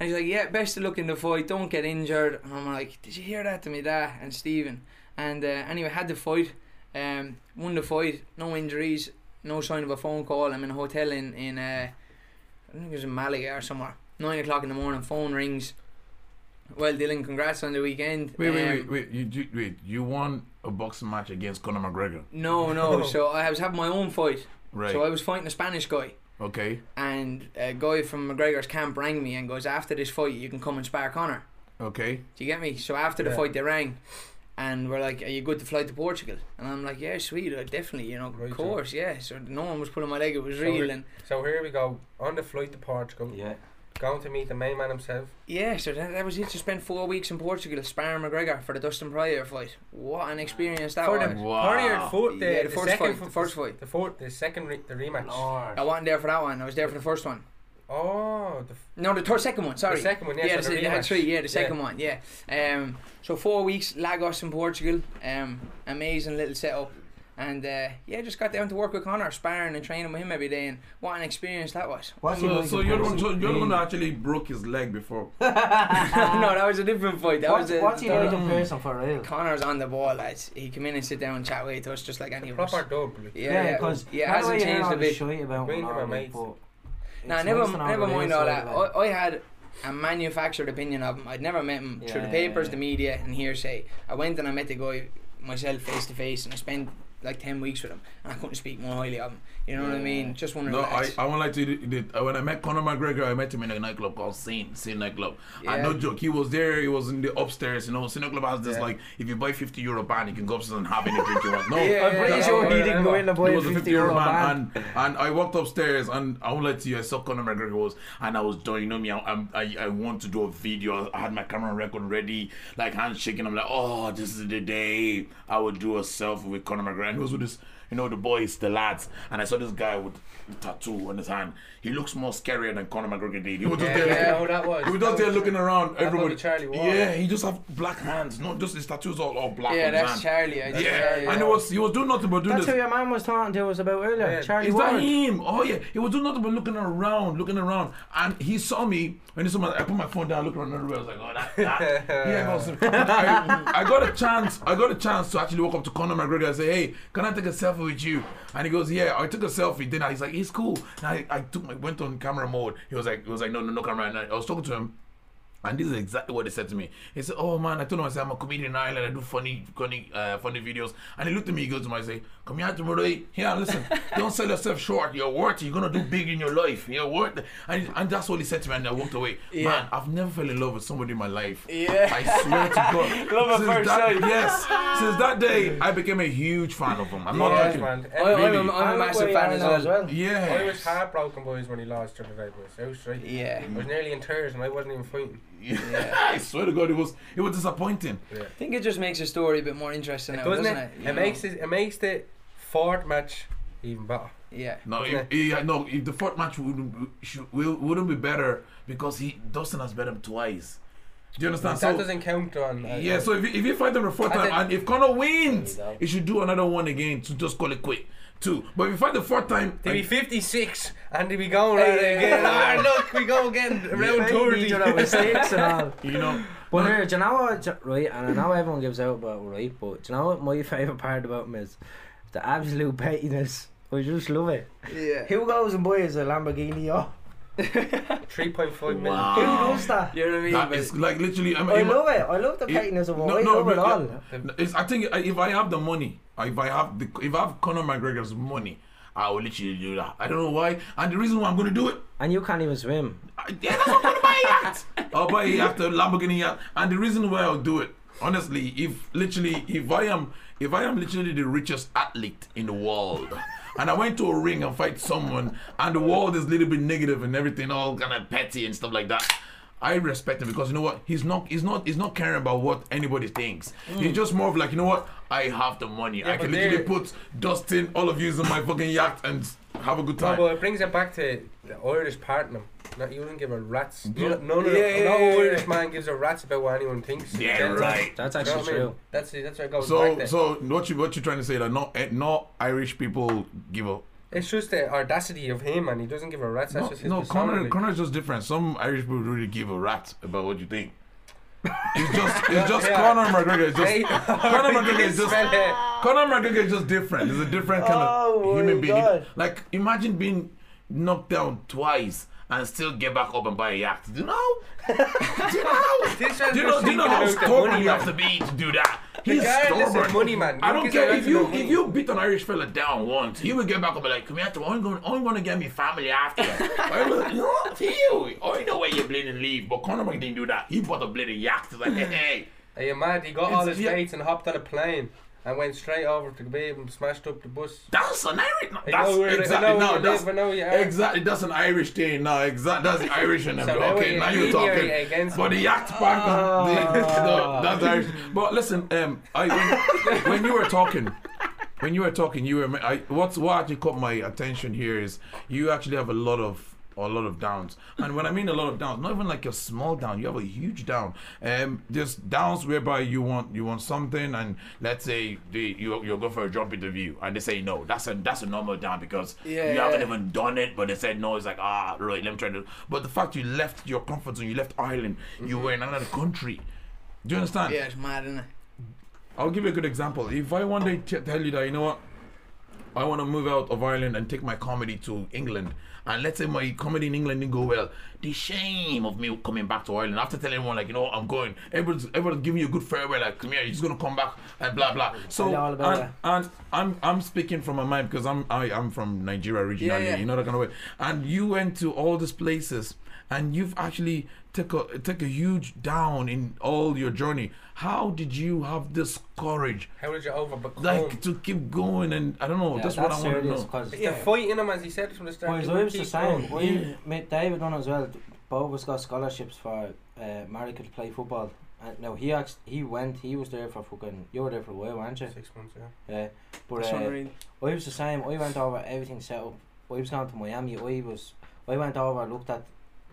E: And he's like, yeah, best of luck in the fight. Don't get injured. And I'm like, did you hear that to me, Dad and Stephen? And uh, anyway, had the fight. Um, won the fight. No injuries. No sign of a phone call. I'm in a hotel in in uh, I think it was in Malaga or somewhere. Nine o'clock in the morning. Phone rings. Well, Dylan, congrats on the weekend.
B: Wait, wait,
E: Um,
B: wait, wait. You, you, wait, you won a boxing match against Conor McGregor,
E: No,
B: *laughs*
E: no. so I was having my own fight.
B: right?
E: So I was fighting a Spanish guy.
B: okay,
E: And a guy from McGregor's camp rang me and goes, after this fight, you can come and spar Connor.
B: okay.
E: Do you get me? So after the
C: Yeah.
E: fight, they rang, and we're like, "Are you good to fly to Portugal?" And I'm like, "Yeah, sweet, uh, definitely, you know, of
C: Right, so-
E: course, yeah." So no one was pulling my leg; it was
C: So
E: real,
C: we-
E: and
C: So here we go. On the flight to Portugal,
D: Yeah.
C: going to meet the main man himself.
E: yeah. So that, that was it. To spend four weeks in Portugal, sparring McGregor for the Dustin Pryor fight. What an experience that
C: For
E: was!
C: the Pryor fought the,
E: yeah, the, first
C: second
E: fight,
C: f-
E: the first fight.
C: The fourth, the second, re- the rematch.
D: Lord.
E: I wasn't there for that one. I was there for the first one.
C: Oh, the, f-
E: No, the third, second one. Sorry.
C: the second one. Yeah,
E: Yeah,
C: so
E: the,
C: the
E: they had
C: rematch.
E: three. Yeah, the second one. Yeah. Um, so four weeks Lagos in Portugal. Um, amazing little setup, and uh, yeah, just got down to work with Connor, sparring and training with him every day, and what an experience that
C: *laughs*
E: was. *laughs*
D: What's he
B: So,
D: like
B: Uh, so
D: in
B: you're the one,
D: person?
B: so you're the one that actually broke his leg before.
E: no, that was a different fight. That
D: What's
E: was Mm. a,
D: what's he
E: that-
D: like in person for real?
E: Connor's on the ball, lads. He come in and sit down and chat with us just like any of us.
C: Proper double.
E: Yeah, yeah,
D: because
E: yeah,
D: not
E: hasn't
D: that you hear
E: changed
D: all
E: a
D: the
E: bit.
D: shite about
C: Bring
D: him
C: him
D: and all
C: a
D: that,
C: mate.
D: but
E: Nah,
D: it's
E: never,
D: nice to know
E: never
D: the
E: mind
D: real
E: all
D: side
E: that. Oh,
D: of it.
E: I, I had a manufactured opinion of him. I'd never met him through the
D: Yeah.
E: papers, the media, and hearsay. I went and I met the guy myself face to face, and I spent like ten weeks with him, and I couldn't speak more highly of him. You know what I mean? Just want to
B: No, I,
E: relax.
B: I won't like to. do- did- uh, When I met Conor McGregor, I met him in a nightclub called Scene, Scene Nightclub. And
E: Yeah.
B: no joke, he was there, he was in the upstairs, you know. Scene Nightclub has this
C: Yeah.
B: like, if you buy 50 euro ban, you can go upstairs and have any drink you want. No,
E: Yeah,
D: I'm
E: yeah,
D: pretty
E: yeah.
D: sure he
C: Yeah.
D: didn't go in and buy
B: There
D: a
B: was a
D: 50
B: 50 euro
D: euro
B: man,
D: band.
B: and, and I walked upstairs and I won't let you. I saw Conor McGregor was and I was done. You know me. I, I'm- I I want to do a video. I had my camera record ready, like handshaking. I'm like, oh, this is the day I would do a selfie with Conor McGregor. And he was with this, you know, the boys, the lads. And I saw this guy with the tattoo on his hand. He looks more scarier than Conor McGregor did. He was just
C: Yeah,
B: there.
C: you know
B: Looking,
C: who that was?
B: he was just there looking around.
C: probably
B: Everybody.
C: Charlie Ward.
B: yeah, he just have black hands. Not just his tattoos all, all black.
E: yeah,
B: on his
E: that's
B: hand.
E: Charlie. I
B: Yeah,
E: think. yeah, yeah.
B: and he was he was doing nothing but doing
D: That's
B: this.
D: who your man was talking to us about earlier.
C: Yeah.
D: Charlie
B: Is that
D: Ward.
B: him? Oh yeah, he was doing nothing but looking around, looking around, and he saw me. When he saw me, I put my phone down, looking around everywhere. I was like, oh, that,
D: *laughs*
B: that. yeah. I, was- I, I got a chance. I got a chance to actually walk up to Conor McGregor and say, hey, can I take a selfie with you? And he goes, yeah. I took a selfie. Then I, he's like, it's cool. And I, I took my went on camera mode. He was like, he was like, no, no, no camera. And I, I was talking to him. And this is exactly what they said to me. He said, "Oh man, I told him I said I'm a comedian in Ireland. I do funny, funny, uh, funny videos." And he looked at me. He goes to me, "I say, come here tomorrow. eh? Yeah,
E: *laughs*
B: listen, don't sell yourself short. You're worth. it. You're gonna do big in your life. You're worth." it." And and that's what he said to me. And I walked away.
E: Yeah.
B: Man, I've never fell in love with somebody in my life.
E: Yeah.
B: *laughs* I swear to
E: *laughs*
B: God.
E: Love at
B: Since
E: first
B: that-
E: sight.
B: Yes. Since
E: *laughs*
B: that day, I became a huge fan of him. I'm not
C: Yeah,
B: joking.
C: man.
E: I, I'm, a- I'm
B: Really?
E: a
D: And look where
E: massive
D: you
E: fan
D: are
E: as
D: now
E: well.
B: Yeah.
C: I was heartbroken, boys, when he lost Triple H was out, right?
E: Yeah.
C: I was nearly in tears and I wasn't even fighting.
B: *laughs* I swear to God, it was it was disappointing.
E: I think it just makes the story a bit more interesting, now,
C: Doesn't
E: doesn't,
C: it?
E: You
C: It
E: know?
C: makes it, it makes the fourth match even better.
E: Yeah.
B: No,
C: Yeah.
B: if, yeah, no. If the fourth match wouldn't should, will- wouldn't be better because he Dustin has bet him twice. Do you understand?
C: That
B: So
C: doesn't count on. uh,
B: yeah, so if you, if you fight them the fourth
E: I
B: time
E: think-
B: and if Connor wins,
D: There you go.
B: you should do another one again to just call it quit. Two, but if you fight the fourth time,
C: To be
B: and-
C: 56 and to be going at it again. Ah, look, we go
B: *laughs*
C: again round
D: Making each
C: 30. *laughs*
D: other mistakes and *laughs* all.
B: you know,
D: But here, do you know what? do- Right, and I know everyone gives out about right, but do you know what my *laughs* favourite part about him is? The absolute pettiness. I just love it.
E: Yeah.
D: Who goes and buys a Lamborghini? Oh,
C: 3.5 million.
D: who
B: wow,
D: does that?
E: You know what I mean?
B: that
E: But-
B: is like literally. I mean,
D: I
B: even-
D: love it. I love the
B: Yeah.
D: pettiness of him.
B: No,
D: I
B: no,
D: love it
B: yeah,
D: all.
B: No, It's, I think I- if I have the money, uh, if I have the, if I have Conor McGregor's money, I will literally do that. I don't know why, and the reason why I'm going to do it
D: And you can't even swim.
B: I- Yeah, that's what I'm buying yacht. *laughs* I'll buy a yacht, a Lamborghini yacht. And the reason why I'll do it, honestly, if literally, if I am, if I am literally the richest athlete in the world, *laughs* and I went to a ring and fight someone, and the world is a little bit negative and everything, all kind of petty and stuff like that. I respect him because you know what he's not he's not he's not caring about what anybody thinks. He's just more of like you know what I have the money. I
C: but
B: can literally
C: there-
B: put Dustin all of you in my fucking yacht and have a good
C: No,
B: time.
C: but it brings it back to the Irish part in him. Not, you wouldn't give a rat's. No,
B: Yeah.
C: no, no,
E: Yeah, yeah,
C: no
E: yeah,
C: Irish
E: yeah.
C: man gives a rat's about what anyone thinks.
B: yeah,
C: That's-
B: right.
D: That's
C: you know
D: actually
C: what I mean?
D: true.
C: That's that's where it goes back.
B: So,
C: there.
B: so what you what you trying to say that not eh, not Irish people give up?
C: it's just the audacity of him, and he doesn't give a rat's. That's
B: No,
C: just his
B: no Connor,
C: personality.
B: Connor's just different. Some Irish people really give a rat about what you think. It's
C: *laughs*
B: just it's just
C: Yeah.
B: Conor McGregor is
C: *laughs* Hey,
B: just Conor
C: *laughs*
B: McGregor is
C: you
B: just
C: smell it.
B: Conor McGregor is just different. It's a different kind
D: Oh
B: of
D: my
B: human being.
D: God.
B: Like imagine being knocked down twice and still get back up and buy a yacht. Do you know? *laughs* do you know? Do
C: This one
B: you
C: just
B: know, do you know
C: thinking
B: how
C: about the
B: stubborn
C: money,
B: you have
C: man.
B: to be to do that?
C: The
B: He's
C: guy is a
B: stubborn.
C: money man.
B: I
C: You
B: don't
C: can
B: care
C: say
B: if
C: that
B: you
C: about
B: if
C: me.
B: you beat an Irish fella down once, he will get back and be like, "Come here, I'm going, I'm going to get me family after."
C: *laughs*
B: I will, you know, to you, I know where you bleed and leave. But Conor McGregor didn't do that. He bought a bleeding yacht. He's like, "Hey, hey,
C: Are you mad? He got all
B: It's-
C: his
B: yeah.
C: mates and hopped on a plane and went straight over to Khabib and smashed up the bus.
B: that's an Irish." No,
C: I
B: that's
C: know where- I
B: exactly
C: know
B: no,
C: where you
B: that's
C: live, I know where you are.
B: exactly that's an Irish thing. No, exactly that's the Irish in them.
C: So now
B: okay,
C: we're
B: now you're
C: immediately
B: talking.
C: against
B: But the yacht park, *laughs* the, no, that's Irish. But listen, um, I when, *laughs* when you were talking, when you were talking, you were I, what's what actually caught my attention here is you actually have a lot of a lot of downs, and when I mean a lot of downs, not even like a small down, you have a huge down. Um, just downs whereby you want you want something, and let's say the, you you go for a job interview, and they say no. That's a that's a normal down because
E: Yeah,
B: you haven't
E: yeah.
B: even done it, but they said no. It's like ah, right, let me try to. But the fact you left your comfort zone, you left Ireland, you were in another country. Do you understand?
E: Yeah, it's mad, isn't it?
B: I'll give you a good example. If I one day t- tell you that, you know what, I want to move out of Ireland and take my comedy to England. And let's say my comedy in England didn't go well. The shame of me coming back to Ireland after telling everyone like, you know, I'm going. Everyone's, everyone's giving you a good farewell. Like, come here, he's gonna come back and blah blah. So
D: know all about
B: and,
D: that.
B: and I'm I'm speaking from my mind because I'm I, I'm from Nigeria originally.
E: Yeah, yeah.
B: You know that kind of way. And you went to all these places and you've actually took a take a huge down in all your journey. How did you have this courage?
C: How did you overcome?
B: like to keep going and I don't know.
D: Yeah,
B: that's Oh, what I want to
E: *laughs*
B: know.
D: Cause
C: They're fighting him as he said from the start.
D: Well, as
C: Keep
D: I was just saying,
C: going.
D: we, mate, David done as well. Bob was got scholarships for uh, Mary could play football. And no, he act- he went. He was there for fucking. You were there for a while, weren't you?
C: Six months, yeah.
D: Yeah. But
E: That's
D: uh,
E: unreal.
D: I was the same. I went over everything set up. I was going to Miami. I was. I went over, looked at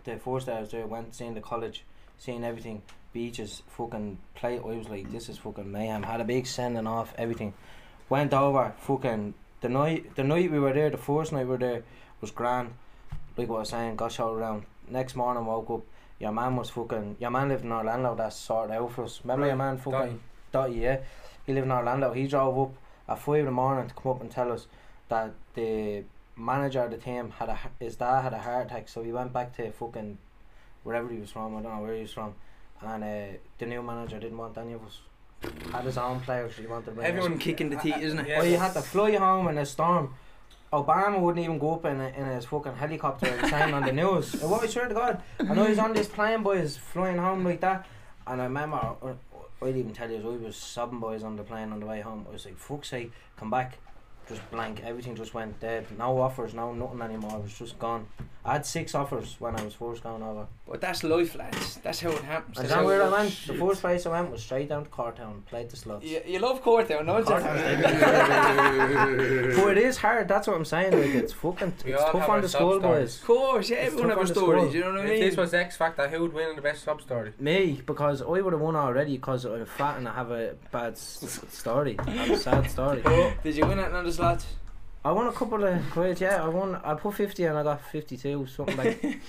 D: the first day I was there. Went seeing the college, seeing everything, beaches, fucking play. I was like, this is fucking mayhem. Had a big sending off, everything. Went over, fucking the night. The night we were there, the first night we were there was grand. Like what I was saying, got shot around. Next morning, woke up. Your man was fucking. Your man lived in Orlando. That sorted out for us. Remember your man fucking.
C: Done.
D: Dotty, yeah. He lived in Orlando. He drove up at five in the morning to come up and tell us that the manager of the team had a h- his dad had a heart attack, so he went back to fucking wherever he was from. I don't know where he was from, and uh, the new manager didn't want any of us. Had his own players. He wanted to bring us.
E: Everyone kicking the teeth, isn't it?
C: Yeah.
D: Well, you had to fly home in a storm. Obama wouldn't even go up in, a, in his fucking helicopter at the time on the news. It was sure to God. I know he's on this plane, boys, flying home like that. And I remember, I- I- I'd even tell you, I was sobbing, boys, on the plane on the way home. I was like, fuck's sake, come back. Just blank. Everything just went dead. No offers, no nothing anymore. It was just gone. I had six offers when I was first going over.
E: But that's life, lads. That's how it happens.
D: And
E: That's
D: then
E: how
D: where
E: it
D: I went,
E: works.
D: the first place I went was straight down to Cortown, played the slots.
E: You, you love court, though, don't you?
D: But it is hard. That's what I'm saying. Like
B: *laughs*
D: it's fucking.
C: We
D: it's
C: all
D: tough
C: have
D: on
C: our
D: the school
C: sub-stories.
E: *laughs*
D: boys.
E: Of course, yeah,
D: It's
E: everyone have
D: tough
E: a
D: on the
E: story,
D: score.
E: do you know what I
C: If
E: mean?
C: this was X Factor, who would win in the best sub story?
D: Me, because I would have won already because I'm fat and I have a bad s- story. I have a
B: *laughs*
D: sad story.
E: Did you win it on the slot?
D: I won a couple of quid, yeah. I won. I put 50 and I got 52,
B: *laughs*
D: something like.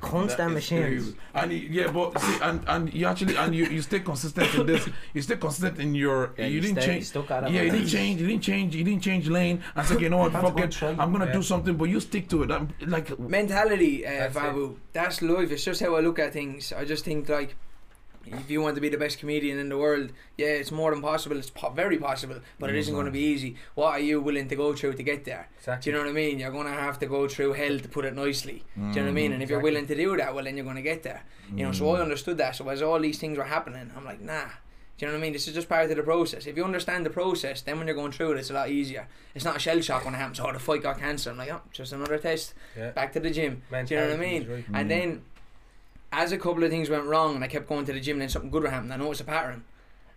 D: Cunts them
B: That is
D: machines.
B: crazy. And you- yeah, but see, and and you actually and you, you stay consistent in this. You stay consistent in your.
D: Yeah,
B: you, didn't
D: stay-
B: change.
D: Stuck at it
B: Yeah, you
D: man.
B: didn't change. You didn't change. You didn't change lane. And say, you know what?
D: That's
B: Fuck
D: one
B: it.
D: trait.
B: I'm gonna
C: Yeah.
B: do something. But you stick to it. I'm, like
E: Mentality, uh,
C: That's it.
E: Babu. That's life. It's just how I look at things. I just think, like, if you want to be the best comedian in the world, yeah, it's more than possible. It's po- very possible, but it isn't going to be easy. What are you willing to go through to get there? Do
C: Exactly.
E: you know what I mean? You're going to have to go through hell to put it nicely. Do you know what I mean? And if you're
C: Exactly.
E: willing to do that, well, then you're going to get there. You know,
B: Mm.
E: so I understood that. So as all these things were happening, I'm like, nah. Do you know what I mean? This is just part of the process. If you understand the process, then when you're going through it, it's a lot easier. It's not a shell shock when it happens. Oh, the fight got cancelled. I'm like, oh, just another test.
C: Yeah.
E: Back to the gym. Do you know what I
C: Mentality
E: mean?
C: is right.
B: Mm.
E: And then, as a couple of things went wrong, and I kept going to the gym, and then something good would happen. I know it's a pattern.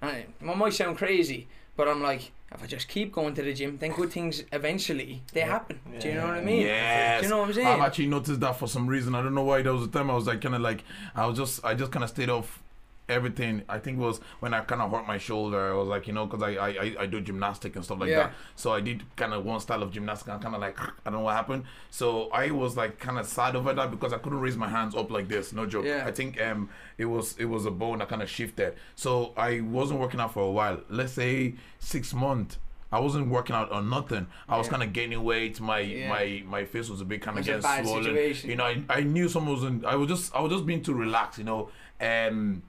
E: And it it might sound crazy, but I'm like, if I just keep going to the gym, then good things eventually they happen. Do you know what I mean?
B: Mm. Yes.
E: Do you know what I'm
B: I've
E: saying?
B: actually noticed that for some reason. I don't know why. There was a time I was like, kind of like, I was just, I just kind of stayed off everything. I think it was when I kind of hurt my shoulder. I was like, you know, because I, I, I, I do gymnastic and stuff like
E: Yeah.
B: that. So I did kind of one style of gymnastics. and kind of like, I don't know what happened. So I was like, kind of sad over that because I couldn't raise my hands up like this. No joke.
E: Yeah.
B: I think um, it was, it was a bone that kind of shifted. So I wasn't working out for a while. Let's say six months. I wasn't working out on nothing. I was
E: Yeah.
B: kind of gaining weight. My
E: Yeah.
B: my my face was a bit kind
E: It was
B: of
E: a
B: getting
E: bad
B: swollen.
E: situation.
B: You know, I, I knew someone was in, I was just I was just being too relaxed, you know. Um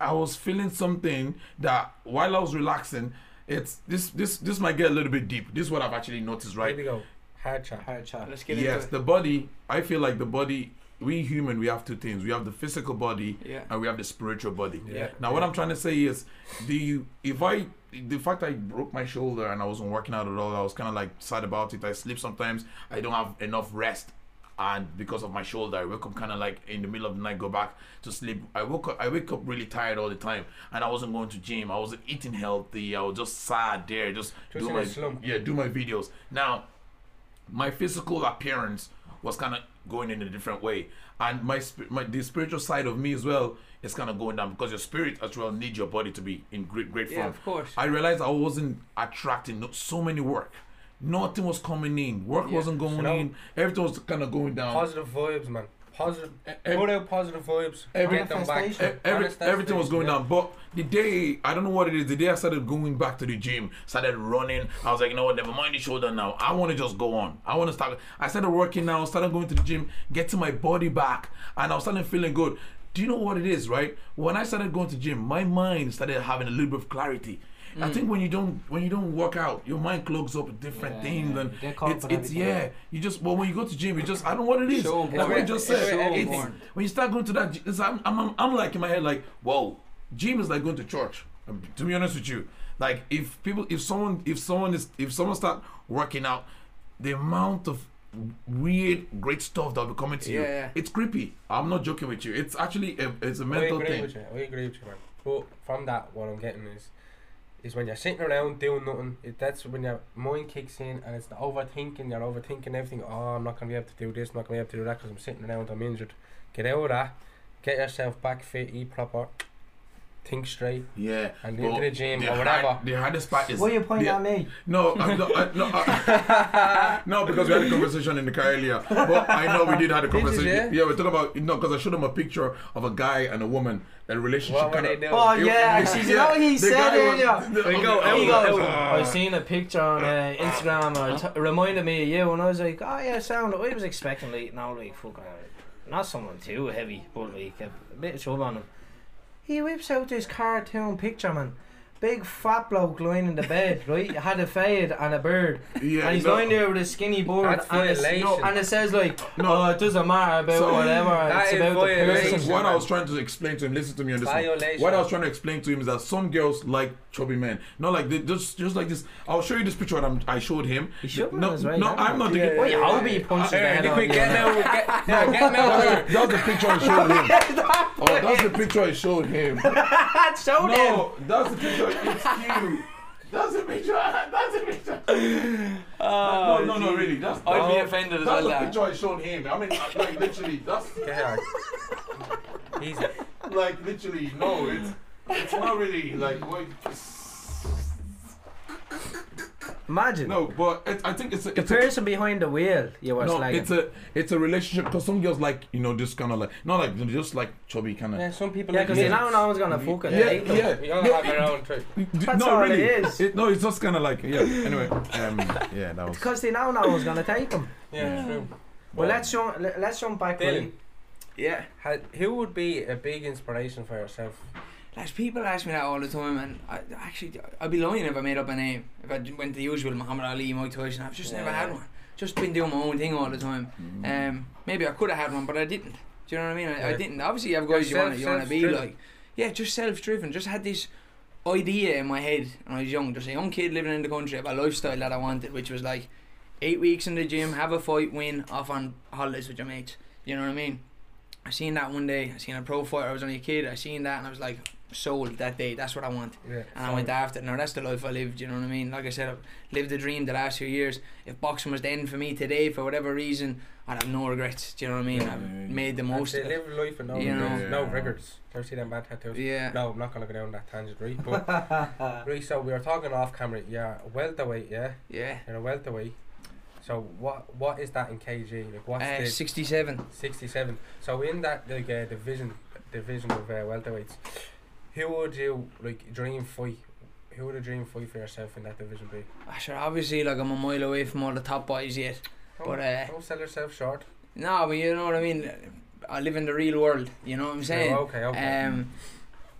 B: I was feeling something that while I was relaxing, it's this this this might get a little bit deep. This is what I've actually noticed,
C: Here
B: right?
C: we go. Hard chat.
D: Hard chat.
E: Let's get
B: Yes,
E: into
B: the body I feel like the body we human we have two things. We have the physical body
E: it. Yeah.
B: and we have the spiritual body.
E: Yeah.
B: Now, what I'm trying to say is, do you, if I, the fact I broke my shoulder and I wasn't working out at all, I was kind of like sad about it. I sleep sometimes, I don't have enough rest. And because of my shoulder, I wake up kind of like in the middle of the night, go back to sleep. I woke up, I wake up really tired all the time, and I wasn't going to gym. I wasn't eating healthy. I was just sad there, just,
C: Just
B: do
C: in
B: my
C: a slump.
B: yeah, do my videos. Now, my physical appearance was kind of going in a different way, and my, sp- my the spiritual side of me as well is kind of going down because your spirit as well needs your body to be in great great
E: Yeah,
B: form.
E: of course.
B: I realized I wasn't attracting no- so many work. Nothing was coming in. Work
E: Yeah.
B: wasn't going
C: So now-
B: in. Everything was kind of going down.
C: Positive vibes, man. Positive.
E: E-
B: ev-
C: Put out positive vibes.
B: every-
C: get them back.
D: Manifestation.
B: E- Every,
C: Honest, that's
B: everything
C: it,
B: was going
C: yeah.
B: down, but the day I don't know what it is. The day I started going back to the gym, started running. I was like, you know what? Never mind the shoulder now. I want to just go on. I want to start. I started working now. Started going to the gym, getting my body back, and I was starting feeling good. Do you know what it is, right? When I started going to gym, my mind started having a little bit of clarity. I think when you don't when you don't work out, your mind clogs up with different
D: Mm. Yeah,
B: things,
D: yeah.
B: and
D: You get caught
B: it's
D: up in
B: it's
D: everything.
B: yeah. You just well when you go to gym, you just I don't know what it is.
E: So
B: like what you
E: boring.
B: just
E: It's
B: said,
E: so
B: it's-
E: boring.
B: when you start going to that, it's, I'm, I'm, I'm like in my head, like, whoa, gym is like going to church. um, To be honest with you, like if people, if someone, if someone is, if someone start working out, the amount of weird, great stuff that'll be coming to you,
E: Yeah, yeah.
B: it's creepy. I'm not joking with you. It's actually a, it's a
C: I
B: mental
C: agree
B: thing.
C: with you. I agree with you, man. But from that, what I'm getting is, is when you're sitting around doing nothing, it, that's when your mind kicks in and it's the overthinking. You're overthinking everything. Oh, I'm not gonna be able to do this. I'm not gonna be able to do that because I'm sitting around. I'm injured. Get out of that. Get yourself back fit. Eat proper. Think straight.
B: Yeah,
C: And go to
B: but
C: the gym
B: the
C: or whatever.
B: hard- the hardest part is
D: Why are you pointing
B: the-
D: at me?
B: No, I'm not, I, no, I- no, because we had a conversation in the car earlier. But I know we did have a
E: you,
B: conversation.
E: yeah?
B: we talked about no, because I showed him a picture of a guy and a woman, a relationship.
C: What were
B: kinda-
C: they doing?
D: Oh
B: It-
D: yeah,
B: it-
D: I see. You
B: yeah,
D: know he
B: *laughs* the
D: said
B: guy was- *laughs*
D: earlier.
B: the-
C: We go,
B: oh,
C: out,
D: He
C: we
B: oh,
D: goes,
C: go.
D: I seen a picture
B: *laughs*
D: on uh, Instagram or t- reminded me of you, and I was like, oh yeah, sound. I was expecting like now like fucking uh, not someone too heavy, but like a bit of chub on him. He whips out this cartoon picture, man. Big fat bloke lying in the bed,
B: *laughs*
D: right? Had a fade and a bird,
B: Yeah,
D: and he's
B: no.
D: lying there with a skinny board,
C: That's
D: and, it's, no,
C: violation.
D: and it says like, no, it doesn't matter about
B: So-
D: whatever.
C: That
D: It's
C: is
D: about the
C: violation.
D: person.
B: What I was trying to explain to him, listen to me on this. one.
C: Violation.
B: What I was trying to explain to him is that some girls like chubby men, not like they just just like this. I'll show you this picture that I'm, I showed him.
D: showed me
B: no,
D: as well,
B: no,
D: yeah.
B: I'm not
E: Yeah,
B: thinking.
E: yeah,
D: Why you
E: yeah.
D: hope he punches the
C: Hey,
D: head
C: if
D: off
C: we
D: you,
C: get
D: man?
C: now, we get now, get *laughs* now.
B: That's, *laughs* that's the picture I showed him. Oh, that's the picture I showed him.
D: Show them.
B: No, that's the picture.
E: *laughs*
B: It's you. That's the picture. *laughs* That's the picture.
E: Oh,
B: no, no, no, really. That's
E: I'd be
B: that's-
E: offended as
B: That's
E: well,
B: the
E: that.
B: picture I showed him. I mean, like literally, that's
C: Yeah. Easy.
B: like literally. No, it's it's not really like what.
D: Imagine.
B: No, but it, I think it's a, it's a
D: person behind the wheel you were
B: no,
D: slagging.
B: it's a it's a relationship because some girls like you know just kind of like not like just like chubby kind of.
C: Yeah, some people.
D: yeah,
C: like
D: because
C: it.
D: you know no one's gonna fuck it.
B: Yeah,
D: right?
B: yeah.
C: We all
B: No,
C: have
B: it-
C: our own truth.
B: D-
D: That's
B: no,
D: all
B: really.
D: it is.
B: no, it's just kind of like yeah. Anyway, um, yeah, that was.
D: Because they know no one's gonna take them.
C: Yeah, true.
D: Well, let's jump. let- Let's jump back.
C: Dylan.
D: really.
E: Yeah.
C: Ha- Who would be a big inspiration for yourself?
E: Lads, people ask me that all the time, and I actually I'd be lying if I made up a name. If I went to the usual Muhammad Ali, Mike Tyson, I've just never
C: Yeah.
E: had one. Just been doing my own thing all the time.
B: mm,
E: Um, maybe I could have had one, but I didn't. Do you know what I mean? I, I
C: Yeah.
E: didn't. Obviously, you have guys you
C: Yourself-
E: want you want to be
C: self-driven.
E: like. Yeah, just self-driven. Just had this idea in my head when I was young. Just a young kid living in the country about lifestyle that I wanted, which was like eight weeks in the gym, have a fight, win, off on holidays with your mates. You know what I mean? I seen that one day. I seen a pro fighter. I was only a kid. I seen that, and I was like, sold that day. That's what I want.
C: Yeah.
E: And I went after it. Now that's the life I lived, you know what I mean? Like I said, I've lived the dream the last few years. If boxing was the end for me today, for whatever reason, I'd have no regrets, do you know what I mean?
B: Yeah,
E: I've
B: yeah, yeah.
E: made the
C: I'd
E: most
C: say
E: of it.
C: live life with no
E: You
C: regrets,
B: know.
C: no
B: Yeah.
C: regrets. Do you see them bad tattoos?
E: Yeah.
C: No, I'm not gonna go down that tangent, right?
E: *laughs*
C: But right, so we were talking off camera. Yeah, welterweight. Yeah,
E: Yeah.
C: you're a welterweight. So what what is that in kg? Like what's
E: Uh,
C: the
E: 67.
C: 67? So in that like uh, division division of uh, welterweights, who would you like dream fight? Who would a dream fight for yourself in that division be?
E: Ah, Sure, obviously, like I'm a mile away from all the top boys yet.
C: Don't,
E: But, uh,
C: don't sell yourself short.
E: No, but you know what I mean? I live in the real world, you know what I'm saying?
C: Oh, okay, okay.
E: Um,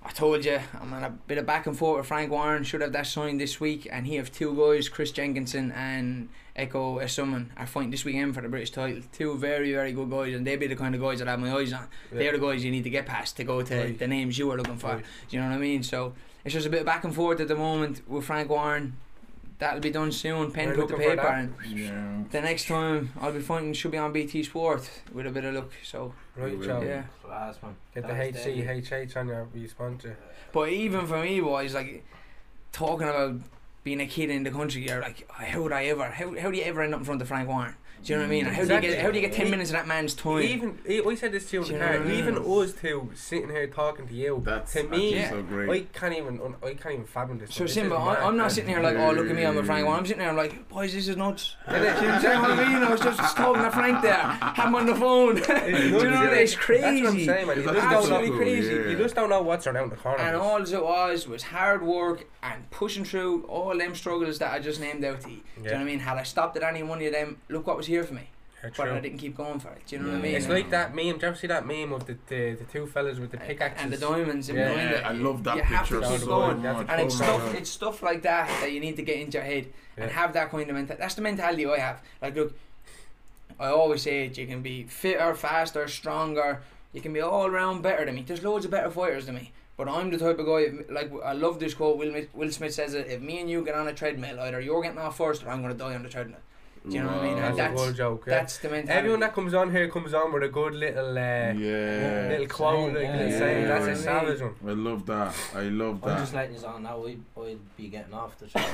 E: I told you I'm on a bit of back and forth with Frank Warren. Should have that signed this week, and he have two guys, Chris Jenkinson and Echo Essuman, are fighting this weekend for the British title. Two very, very good guys, and they be the kind of guys that I have my eyes on.
C: Yeah.
E: They're the guys you need to get past to go to
C: Right.
E: the names you are looking for.
C: Right.
E: Do you know what I mean? So it's just a bit of back and forth at the moment with Frank Warren. That'll be done soon. Pen
C: We're
E: put the
C: looking for
E: paper,
C: that.
E: and
B: Yeah.
E: the next time I'll be fighting should be on BT Sport with a bit of luck. So
C: right,
B: will.
C: so
E: yeah.
D: Class, man.
C: Get the
D: That was deadly.
C: HCHH on your response. to-
E: But even for me, boys, like oh, talking about being a kid in the country, you're like, how would I ever? How, how do you ever end up in front of Frank Warren? Do you know what I mean? How do you get how do you get ten minutes of that man's time?
C: Even e- I said this to you in
E: Do
C: the
E: you know
C: car.
E: what I mean?
C: Even us two sitting here talking to you.
B: That's
C: to me,
B: actually
E: yeah.
B: so great.
C: I can't even un- I can't even fathom this.
E: So
C: one. This
E: Simba,
C: is mad.
E: I, I'm not sitting here like, oh look at me, I'm a Frank. Well,
B: Yeah.
E: I'm sitting here, I'm like, boys, this is nuts.
C: Yeah,
E: Do you know what I mean? I was just talking to Frank there, had him on the phone. *laughs*
C: It's
E: Do you know
C: nuts,
E: what
C: yeah.
E: it's
C: That's what I'm
E: crazy?
C: saying, man. You
B: It's
C: just, don't
E: Absolutely
C: know,
B: cool,
E: crazy.
B: yeah.
C: you just don't know what's around the corner.
E: And all it was was hard work and pushing through all them struggles that I just named out to you. Do you know what I mean? Had I stopped at any one of them, look what was here for me.
C: Yeah,
E: But
C: true.
E: I didn't keep going for it. Do you know
B: Yeah.
E: what I mean?
C: It's like that meme. Did you ever see that meme of the the, the two fellas with the pickaxes?
E: and the diamonds in
C: Yeah,
E: behind it.
B: I love that
E: You have to
B: picture
C: keep
B: so
C: going.
B: much.
E: And
B: Oh
E: it's
B: my
E: stuff
B: God.
E: it's stuff like that that you need to get into your head and
C: Yeah.
E: have that kind of mentality. That's the mentality I have. Like, look, I always say it. You can be fitter, faster, stronger. You can be all round better than me. There's loads of better fighters than me. But I'm the type of guy. if- Like I love this quote. Will Smith, Will Smith says it. If me and you get on a treadmill, either you're getting off first, or I'm gonna die on the treadmill. Do you know what I mean?
B: Wow.
E: And
C: Oh, That's a
E: that's
C: good joke. yeah.
E: that's the mentality.
C: Everyone that comes on here comes on with a good little uh,
B: yeah.
C: little quote, like
D: Yeah.
C: yeah.
B: Yeah.
C: saying that's
E: Yeah.
C: a savage one.
B: I love that. I love
D: I'm
E: *laughs*
B: *laughs*
D: just
B: that.
D: letting you on now. I'd, I'd be getting off
B: *laughs*
D: the
E: *laughs*
D: show. *laughs* I'm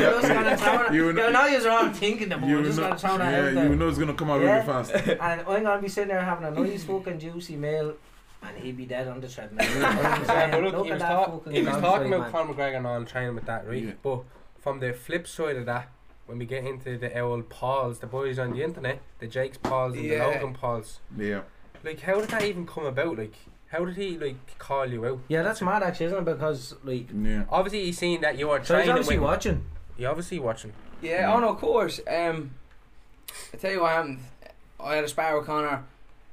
D: just gonna throw it.
B: You
D: You
B: know-
D: know, now you're wrong thinking about. it.
B: you
D: I'm just
B: know,
D: gonna throw that out
B: yeah,
D: there.
B: you know it's gonna come out
D: Yeah.
E: *laughs*
B: really fast.
D: and I'm gonna be sitting there having a nice fucking juicy meal, and he'd be dead on
B: *laughs*
D: the treadmill. You know what I'm
C: Yeah, but
D: saying?
C: look,
D: Look
C: he
D: at
C: was,
D: that
C: talk,
D: fucking
C: he was
D: guy,
C: talking
D: man.
C: about Conor McGregor and all and training with that, right?
B: Yeah.
C: But from the flip side of that, when we get into the old Pauls, the boys on the internet, the Jake's Pauls and
E: Yeah.
C: the Logan Pauls,
B: Yeah.
C: like how did that even come about? Like how did he like call you out?
D: Yeah, that's mad actually, isn't it? Because like,
B: Yeah.
C: Obviously, he's seen that you are
D: so he's
C: training.
D: obviously
C: with,
D: watching.
C: You're obviously watching.
E: Yeah,
B: Yeah.
E: oh no, of course. Um, I tell you what happened. I had a spar with Connor.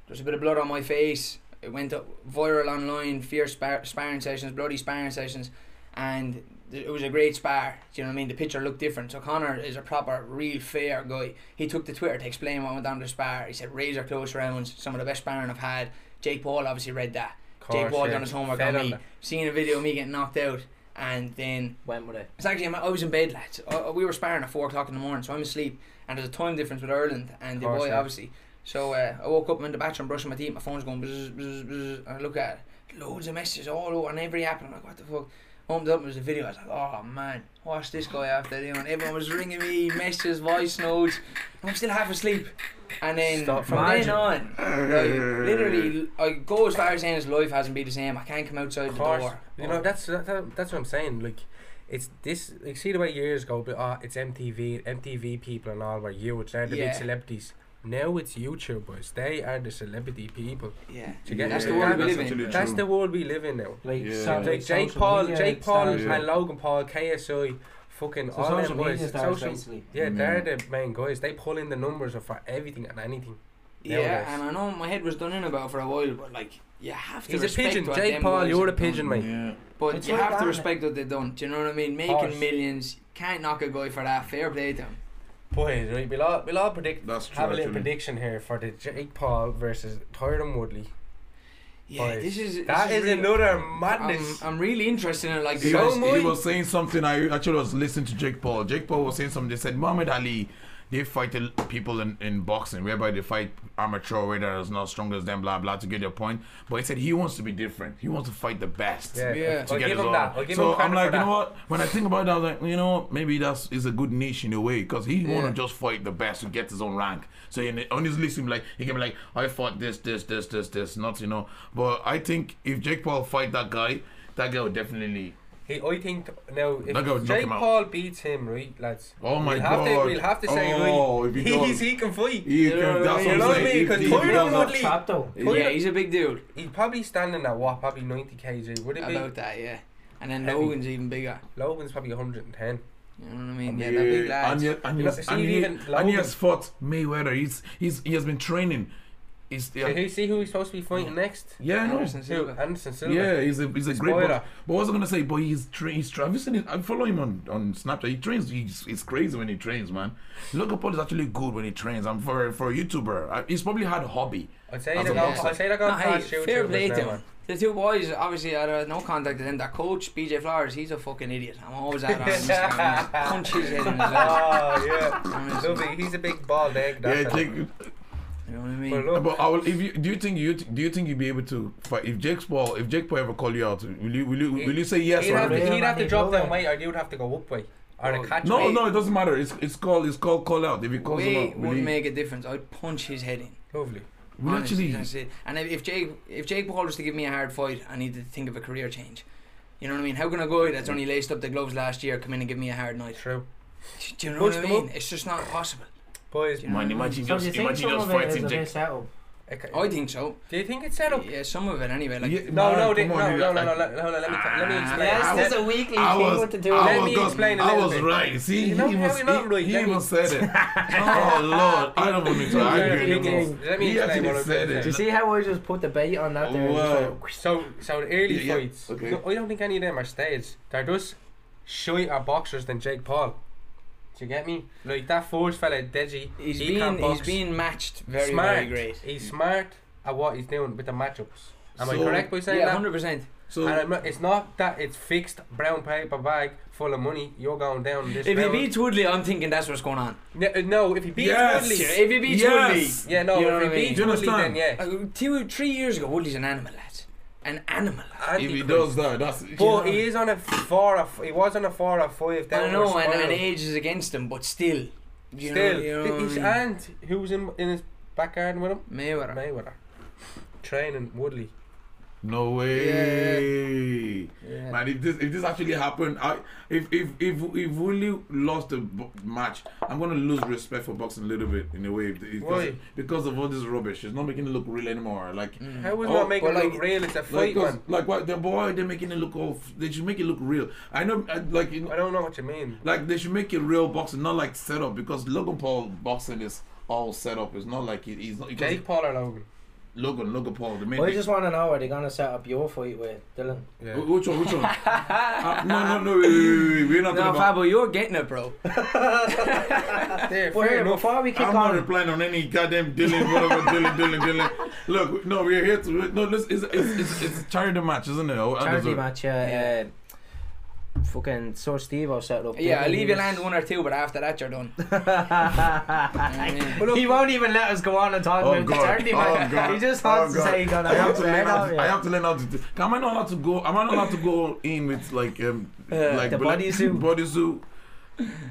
E: There's a bit of blood on my face. It went up viral online. Fierce spar- sparring sessions, bloody sparring sessions, and th- it was a great spar. Do you know what I mean? The picture looked different. So Connor is a proper, real fair guy. He took to Twitter to explain what went down the spar. He said razor close rounds, some of the best sparring I've had. Jake Paul obviously read that. Jake
C: Course,
E: Paul
C: yeah.
E: done his homework
C: Fed
E: on
C: on
E: me,
C: that.
E: seeing a video of me getting knocked out, and then
D: Went with it.
E: it's actually, I was in bed, lads. Uh, we were sparring at four o'clock in the morning, so I'm asleep. And there's a time difference with Ireland and the
C: Of course,
E: boy,
C: yeah.
E: obviously. So uh, I woke up, I'm in the bathroom, brushing my teeth, my phone's going buzz, buzz, buzz, and I look at it. Loads of messages all over on every app, and I'm like, what the fuck? Opened up, it was a video. I was like, oh man, what's this guy after doing? Everyone was ringing me, messages, voice notes. I'm still half asleep. And then
C: Stop
E: from
C: imagine.
E: then on, like, literally, I go as far as saying his life hasn't been the same. I can't come outside
C: Of
E: the
C: course.
E: door.
C: You know, that's that, that- that's what I'm saying. Like, it's this. Like, see the way years ago, but uh, it's MTV, MTV people and all were huge. They're the
E: Yeah.
C: big celebrities. Now it's YouTubers. They are the celebrity people.
E: yeah.
C: Do you get
E: That's
C: it?
E: the world we
C: That's
E: live in.
B: absolutely
C: That's
B: true.
C: the world we live in now.
D: Like,
B: Yeah.
D: so-
C: Like Jake
D: social
C: Paul,
D: media
C: Jake Paul,
D: stars.
B: Yeah.
C: and Logan Paul, KSI, fucking
D: So
C: all them
D: social media
C: boys.
D: stars,
C: Social-
D: basically.
C: yeah,
B: Mm.
C: they're the main guys. They pull in the numbers for everything and anything. nowadays.
E: Yeah, and I know my head was done in about for a while, but like you have to.
C: He's a
E: respect
C: pigeon.
E: what
C: Jake
E: them
C: Paul,
E: boys
C: you're a
E: have done.
C: pigeon, mate.
B: Yeah.
E: But
D: It's
E: you
D: like
E: have to
D: that.
E: respect what they've done. Do you know what I mean? Making
C: Course.
E: millions, can't knock a guy for that. Fair play to him.
C: Boys, right? We'll all, we'll all predict.
B: That's true.
C: Have a little
B: actually.
C: prediction here for the Jake Paul versus Tyron Woodley.
E: Yeah,
C: Boys,
E: this is
C: That
E: this
C: is,
E: really-
C: another
E: I'm,
C: madness.
E: I'm really interested in it. Like
B: He
C: So
E: because
B: was, he
C: much.
B: was saying something. I actually was listening to Jake Paul. Jake Paul was saying something. They said Muhammad Ali, they fight the people in, in boxing, whereby they fight amateur, whether it's not stronger than blah blah to get their point. But he said he wants to be different. He wants to fight the best.
C: yeah,
E: Yeah.
B: to
C: I'll
B: get
C: give
B: us
C: him
B: all.
C: that. I'll give
B: so
C: him credit
B: I'm like,
C: for
B: you know
C: that.
B: what? When I think about it, I was like, you know, what? maybe that's is a good niche in a way because he want
E: Yeah.
B: to just fight the best to get his own rank. So in, on his list, he'll be like, he can be like, I fought this, this, this, this, this, not you know. But I think if Jake Paul fight that guy, that guy would definitely.
C: He, I think now
B: That guy would
C: if
B: knock
C: Jake
B: him out.
C: Paul beats him, right, lads?
B: Oh my god!
C: we'll Have to, we'll have to say,
B: oh,
C: right,
B: if he
C: he's,
B: does,
C: *laughs* he can fight.
B: he
E: You know
B: can.
E: what
B: That's
E: I mean?
B: what I'm
C: You
B: saying.
C: know what I
B: If
C: mean?
B: he
C: Because
B: does
C: Tyron
B: that-
C: Woodley-
D: Trapped though.
E: yeah, he's a big dude.
C: He's probably standing at what, probably 90 kg. Would it be?
E: About that, yeah. And then
C: Heavy.
E: Logan's even bigger.
C: Logan's probably 110.
E: You know what I mean? Yeah, that big
B: Yeah,
E: lad.
B: and yet, and
C: You
B: he
C: know,
B: has-
C: see,
B: and he,
C: even
B: and he has
C: Logan-
B: fought Mayweather. He's he's he has been training. He's
C: So
B: yeah,
C: who see who he's supposed to be fighting next?
B: yeah, I know.
E: Anderson
C: Who?
E: Silva.
C: Anderson Silva.
B: Yeah, he's a he's a great.
C: Spoiler.
B: Boxer. But what was I gonna say? But he's tra- he's tra- have you seen it? I follow him on on Snapchat. He trains. He's it's crazy when he trains, man. Logan Paul is actually good when he trains. I'm for for a YouTuber. I, he's probably had a hobby.
C: I'd say
B: As
C: they're
B: a
C: going.
B: boxer.
C: I'd say they're
E: No,
C: going
E: hey,
C: past
E: fair play to
C: YouTubers now.
E: him.
C: man.
E: The two boys, obviously, had uh, no contact to them. That coach, BJ Flowers, he's a fucking idiot. I'm always at him. on Instagram.
C: *laughs*
E: Punch his head in his ass.
C: Oh yeah.
E: You know what I mean?
C: Lovely. He's a big bald egg.
B: Yeah,
C: that fella.
B: Jake.
E: You know what I mean?
C: But look,
B: But I will, if you do you think you do you think you'd be able to fight if Jake Paul if Jake Paul ever call you out? Will you will you will you say yes
C: he'd
B: or
C: have,
B: no?
C: to,
D: Real
C: he'd have to
D: Manny
C: drop down
D: Logan.
C: weight, or he would have to go up weight. Or the catch
B: No,
E: Wait.
B: no, it doesn't matter. It's it's called it's called call out. If it calls him
E: Way
B: out, will
E: wouldn't
B: he-
E: make a difference. I'd punch his head in.
C: Lovely.
B: will he
E: Honestly,
B: actually
E: that's it. And if if Jake if Jake Paul was to give me a hard fight, I need to think of a career change. You know what I mean? How can a guy that's only laced up the gloves last year come in and give me a hard night?
C: True.
E: Do you know
C: Punch
E: what I
C: them
E: mean? It's just not possible.
C: Boys,
E: Do you know
B: Man,
E: what I mean?
B: imagine
D: So do
B: just
D: you think
B: imagine
D: some
B: just
D: of it is
B: fighting
D: a
B: Jake.
D: bit setup?
C: okay.
E: I think so.
C: do you think it's set up?
E: Yeah, some of it anyway. Like,
B: Yeah,
C: No,
B: man,
C: no, they,
B: come
C: no,
B: on,
C: no,
B: you-
C: no,
B: I-
C: no, no, no, no, let me,
B: Ah,
C: let me explain.
B: I
D: Yes,
B: was-
D: there's a weekly
B: I
D: thing
B: was-
D: what to do.
B: I
C: Let
B: was
C: me
B: gonna-
C: explain a
B: I
C: little
B: was
C: bit.
B: right. See,
C: You
B: he,
C: know,
B: he,
C: how
B: was,
C: you're not
B: he,
C: right,
B: he
C: let me-
B: even said
C: *laughs*
B: it. oh Lord, I don't want to argue
C: Let me-
B: anymore.
C: Let me
B: He
C: explain
B: actually
C: what I'm
B: said
C: saying.
B: it.
D: Do you see how I just put the bait on that there?
B: Wow.
C: So, so the early
B: Yeah, yeah,
C: fights,
B: okay.
C: no, I don't think any of them are staged. They're just shyer boxers than Jake Paul. Do you get me? Like that Forge fella, Deji,
E: he's
C: he can
E: being
C: box.
E: he's being matched very
C: smart.
E: very great.
C: He's smart at what he's doing with the matchups. Am I
B: So-
C: correct by saying
E: Yeah,
C: that?
E: hundred percent.
B: So
C: And I'm not, it's not that it's fixed brown paper bag full of money. You're going down this.
E: If he
C: round.
E: beats Woodley, I'm thinking that's what's going on.
C: no, uh, no, if he beats
B: Yes.
C: Woodley,
B: Yeah,
E: If he beats
B: yes.
C: yeah, no,
E: You know
C: if
E: what I
C: he
E: mean?
C: beats
B: Do you
C: Woodley, then
B: understand?
C: yeah.
E: Woodley, uh, two three years ago, Woodley's an animal, lad. An animal.
C: And
B: if he
C: could-
B: does that, that's
C: but he is on a four. Of, he was on a four or five.
E: I
C: downward
E: know, and, and
C: spiral.
E: age is against him, but still. You
C: Still,
E: know, you know what I
C: his
E: mean?
C: aunt, who was in in his back garden with him,
E: Mayweather.
C: Mayweather, training Woodley.
B: no way. Man, if this if this actually happened, I, if if if if Woodley lost the bo- match, I'm gonna lose respect for boxing a little bit in a way. If- if- Because,
C: Why?
B: because of all this rubbish, it's not making it look real anymore. Like
C: How was
B: Oh,
C: not making
B: but
C: it look
B: like-
C: real? It's a
B: like,
C: Mm. fight,
B: 'cause-
C: man.
B: like why the boy they're making it look off. They should make it look real. I know, I, like you know,
C: I don't know what you mean.
B: like they should make it real boxing, not like set up. Because Logan Paul boxing is all set up. It's not like he, he's not. Because
C: Jake Paul or Logan?
B: Logan, Logan Paul, the main.
D: I
B: thing-
D: just want to know are they gonna set up your fight with Dylan?
C: Yeah.
B: Wh- Which one?
D: *laughs*
B: Which one? Uh, no, no, no. Wait, wait, wait, wait. We're not
E: No,
B: talking about.
E: Fabo, you're getting it, bro.
C: There, fair
D: Well, here,
C: enough.
D: before we kick
B: I'm not
D: on,
B: replying on any goddamn dealing, whatever, dealing, dealing, dealing. Look, no, we're here to. No, this is it's, it's, it's a charity match, isn't it? Oh, I
D: charity
B: don't know.
D: match. Yeah, uh, fucking so Steve will set up.
E: Yeah,
D: didn't
E: I'll
D: he?
E: leave you land
D: *laughs*
E: one or two, but after that, you're done. You know what I mean?
C: But look,
D: He won't even let us go on and talk
B: Oh,
D: about the
B: God.
D: charity
B: Oh,
D: match.
B: God.
D: He just
B: Oh,
D: wants to
B: God.
D: say he's gonna
B: I have to
D: upset
B: learn how.
D: him,
B: To,
D: yeah.
B: I have to learn how to. Do, am I not allowed to go? Am I not allowed to go in with like um like
D: Uh, the
B: bla-
D: bodysuit.
B: *laughs* bodysuit?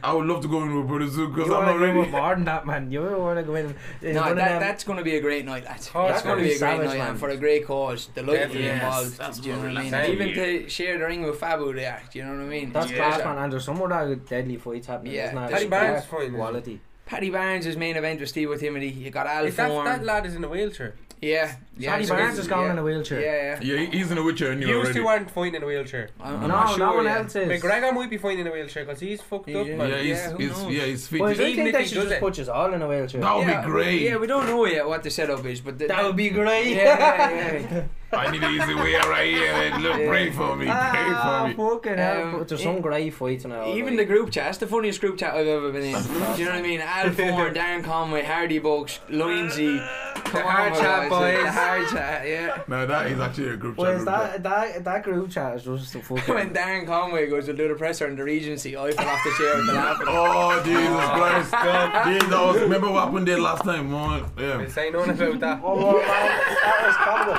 B: I would love to go in with bodysuit because
D: You
B: I'm
D: wanna
B: not
D: go
B: ready.
D: with more than that, man. You want to go in? it's
E: No,
D: one
E: that,
D: of them-
E: that's going to be a great night, lads.
C: Oh,
E: that's
C: it's
E: going
C: gonna
E: to be
D: be
E: a great
D: savage,
E: night,
D: man.
E: and for a great cause. The light will be
C: Yes,
E: involved.
B: that's
E: do you know
B: what
E: what I mean?
B: we're
E: Even
B: saying.
E: to share the ring with Fabo there. Do you know what I mean?
D: That's
E: It's
D: class,
E: just-
D: man. And there's some other deadly fights happening.
E: Yeah,
D: isn't there?
E: Paddy
D: It's
C: Barnes
D: just
C: fighting, isn't it?
D: quality.
E: Paddy Barnes' main event with Steve Timothy. You got Al
C: if that, that
E: Thorne.
C: lad is in a wheelchair,
E: Yeah. yeah
D: Paddy
E: so
D: Barnes
E: he's-
D: is going
E: yeah.
D: in a wheelchair.
E: Yeah, yeah.
B: Yeah, he- he's in a wheelchair anyway.
C: you
B: already.
C: two aren't fighting in a wheelchair.
E: I'm,
D: No,
E: I'm not sure,
D: no one
E: yeah.
D: else is.
C: McGregor might be fighting in a wheelchair because he's fucked
E: He-
C: up,
E: yeah.
C: man.
B: yeah, he's,
E: who
B: he's
E: knows?
B: yeah, he's fit.
D: Well, I
C: Even
D: think
C: if
D: they
C: he
D: should
C: does
D: just
C: it-
D: put us all in a wheelchair.
B: that would
E: Yeah,
B: be great.
E: Yeah, we don't know yet what the setup is, but the,
D: That would be
E: yeah,
D: great.
E: yeah, yeah.
B: I need an easy way out right here. man. Look, pray for me, pray for
D: *laughs* Ah,
B: me.
D: fucking
E: Um,
D: hell. But There's some
E: e-
D: great fights in it.
E: Even the group chat, it's the funniest group chat I've ever been in. Do you know what I mean? Al Four, Darren Conway, Hardy Box, Lindsay, come on,
C: hard
E: my
C: chat,
E: The
C: boys.
E: hard
C: *laughs*
E: chat, yeah.
B: No, that is actually a group chat.
D: Well,
B: group chat.
D: that, that, that group chat is just
E: *laughs*
D: a
E: When
D: fucking.
E: Darren Conway goes to do the presser in the Regency, I fell off the chair with the laugh.
B: Oh
E: Ah.
B: Jesus Christ! Jesus, that was- remember what happened there last time? man?
C: We'll
B: Yeah.
C: say nothing about that.
D: Oh, well, man,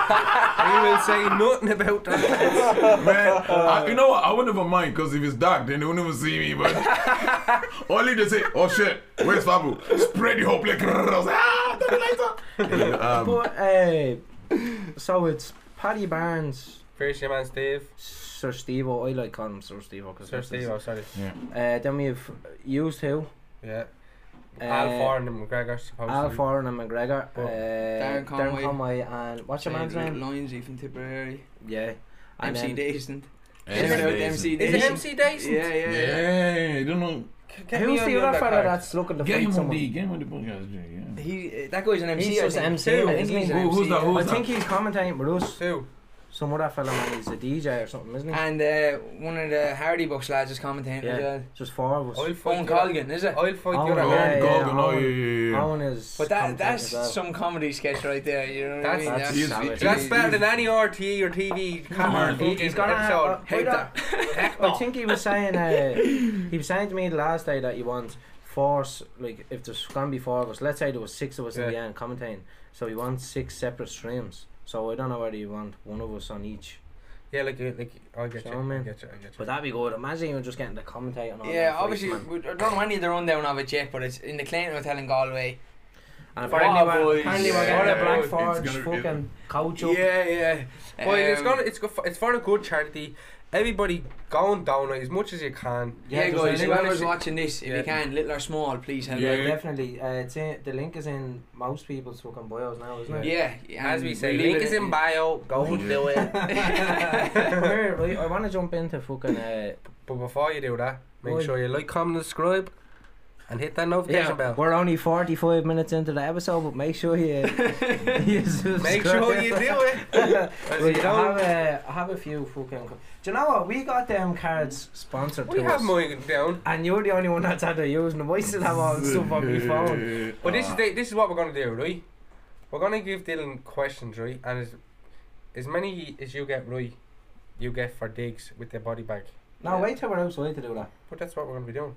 D: that
C: We will say *laughs* nothing about that.
B: Man, I, you know what? I wouldn't even mind because if it's dark, then they wouldn't even see me. But *laughs* only they say, "Oh shit, where's Fabu?" Spread the whole place. I was like, ah,
E: *laughs*
B: turn the lights
D: was
B: on. Um,
D: combo. But, uh, so it's Paddy Barnes,
C: First your man Steve,
D: Sir Steve I like calling him Sir Steve because
C: Sir Steve. Oh, sorry.
D: Uh, then we have you two,
C: Yeah.
D: uh,
C: Al Foran and McGregor supposed
D: Al
C: to. be.
D: Foran and McGregor,
C: Oh.
D: uh,
E: Darren Conway.
D: and what's your man's name?
E: Lindsay from Tipperary.
D: Yeah, and
E: MC
D: then-
E: Dacent.
C: Is
E: Shout out
C: it-
E: MC
C: Is it
E: Dacent.
C: MC Dyson?
E: Yeah, yeah, yeah.
B: yeah, you don't know.
C: C- get me
D: Who's
C: on
D: the other fella
C: undercard.
D: that's looking to
B: Get
D: fight
B: him on
D: someone?
B: the, get him on the podcast. Yeah.
E: He, that guy's an MC.
D: He's
E: I
D: just
E: think.
D: MC,
E: I
D: isn't
E: think
D: he?
E: he's an
B: Who- who's
E: MC,
B: that?
E: yeah.
B: Who-
D: I think he's commentating with us.
C: Who?
D: Some other fella man, he's a DJ or something, isn't he?
E: And uh, one of the Hardy Box lads is commentating as
D: Yeah.
E: well.
D: Just four of us.
C: I'll
E: Owen
C: fight the other-
E: Colgan, is it?
C: I'll fight
D: Oh,
C: the
B: Oh,
C: other
D: yeah,
C: man.
D: yeah,
B: God, no,
D: Owen-
B: yeah, yeah, yeah.
D: Owen is.
E: But
D: commentating
E: that that's
D: as well.
E: some comedy sketch right there. You know what I
C: That's-
E: mean?
D: that's
B: He's-
D: savage.
B: he's-
C: That's better than any RTE or TV
B: on,
C: camera
B: he-
C: fucking
D: he's got a-
C: episode.
D: Wait up. I think he was saying uh, he was saying to me the last day that you want force like if there's gonna be four of us. Let's say there was six of us in the
C: Yeah.
D: end commentating, so he wants six separate streams. So I don't know whether you want one of us on each.
C: Yeah, like, uh, like I'll get
D: So,
C: you. I'll
D: man.
C: get you. I'll get you.
D: But that'd be good. Imagine you're just getting the commentator. and all
E: Yeah,
D: that for each
E: obviously,
D: man.
E: we I don't know any of the rundown of it yet, but it's in the Clayton Hotel in Galway.
D: And
E: Wow,
D: apparently, we're,
E: boys.
D: apparently we're
C: Yeah,
D: going to Black
C: it's
D: Forge
B: gonna be-
D: fucking coach up.
E: yeah.
C: Well, it's
E: Um,
C: gonna, it's good, for, it's for a good charity. Everybody going down it as much as you can.
D: Yeah,
E: Yeah,
D: just
E: guys,
D: anyone
E: whoever's
C: is-
E: watching this, if
C: Yeah.
E: you can, little or small, please help
B: Yeah.
E: out.
D: Yeah, definitely. Uh, it's in, the link is in most people's fucking bios now, isn't it? *laughs*
E: Yeah, yeah,
C: As we
E: and
C: say,
E: um, leave
C: link
E: it
C: is in bio. Go and
B: Yeah.
C: do it.
D: Where, right, I want to jump into fucking. Uh,
C: But before you do that, make
D: Oi.
C: sure you like, comment, subscribe, and hit that notification
D: yeah,
C: bell.
D: we're only 45 minutes into the episode, but make sure you. *laughs*
E: *laughs*
D: you
C: *laughs*
D: subscribe.
C: Make sure you do *laughs* it. 'Cause
D: Right,
C: you
D: I,
C: don't-
D: have a, I have a few fucking. co- Do you know what? We got them cards sponsored
C: we
D: to
C: have
D: us.
C: mine down.
D: And you're the only one that's had to use them. I *laughs* still
C: *laughs*
D: have all the stuff
B: *laughs*
D: on my phone.
C: But this
D: Ah.
C: is the, this is what we're gonna do, right? We're gonna give Dylan questions, right? And as as many as you get right, you get for digs with the body bag.
D: No, wait till we're outside to do that.
C: But that's what we're gonna be doing.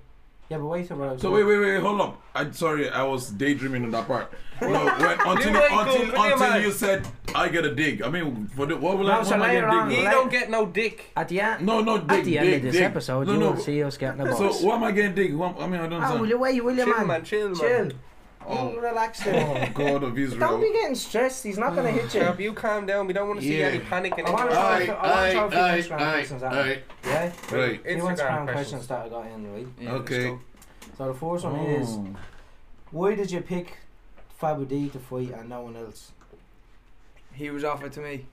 D: Yeah, but wait till we're outside.
B: So wait, wait, wait, hold on. I'm sorry, I was daydreaming on that part. No, when, until
C: You ain't good,
B: until,
C: really,
B: until
C: man.
B: you said I get a dig. I mean, for the, what will
D: No,
B: I? what
D: so
B: am I
D: later
B: gonna
D: on,
B: dig?
C: He
D: Right.
C: don't get no dick.
D: At the end,
B: No, no, dig,
D: at the end
B: dig,
D: of this
B: dig.
D: episode,
B: no,
D: you
B: no.
D: will see us getting a box.
B: So what am I gonna dig? What, I mean, I don't
D: oh, will
B: understand.
D: you wait, will you,
C: Chill,
D: man?
C: man. chill,
D: Chill.
C: man.
D: Oh,
C: *laughs*
D: relax
B: Oh,
D: there.
B: God of Israel.
D: *laughs* Don't be getting stressed. He's not going to
C: *sighs*
D: hit
C: Chap,
D: you.
C: you calm down. We don't want to see
B: Yeah.
C: any panic in
D: I wanna
C: it.
D: try-
B: Aye,
D: I want to
B: aye,
D: try a few
B: aye,
D: Instagram questions,
B: aye,
D: Adam.
B: aye.
D: Yeah?
B: Right.
D: He wants
C: Instagram
D: Instagram
C: questions.
D: questions that I got in, right?
E: Yeah, let's
B: Okay.
E: go.
D: So the first one is
B: Oh.
D: why did you pick Fabu D to fight and no one else? *laughs*
E: He was offered to me.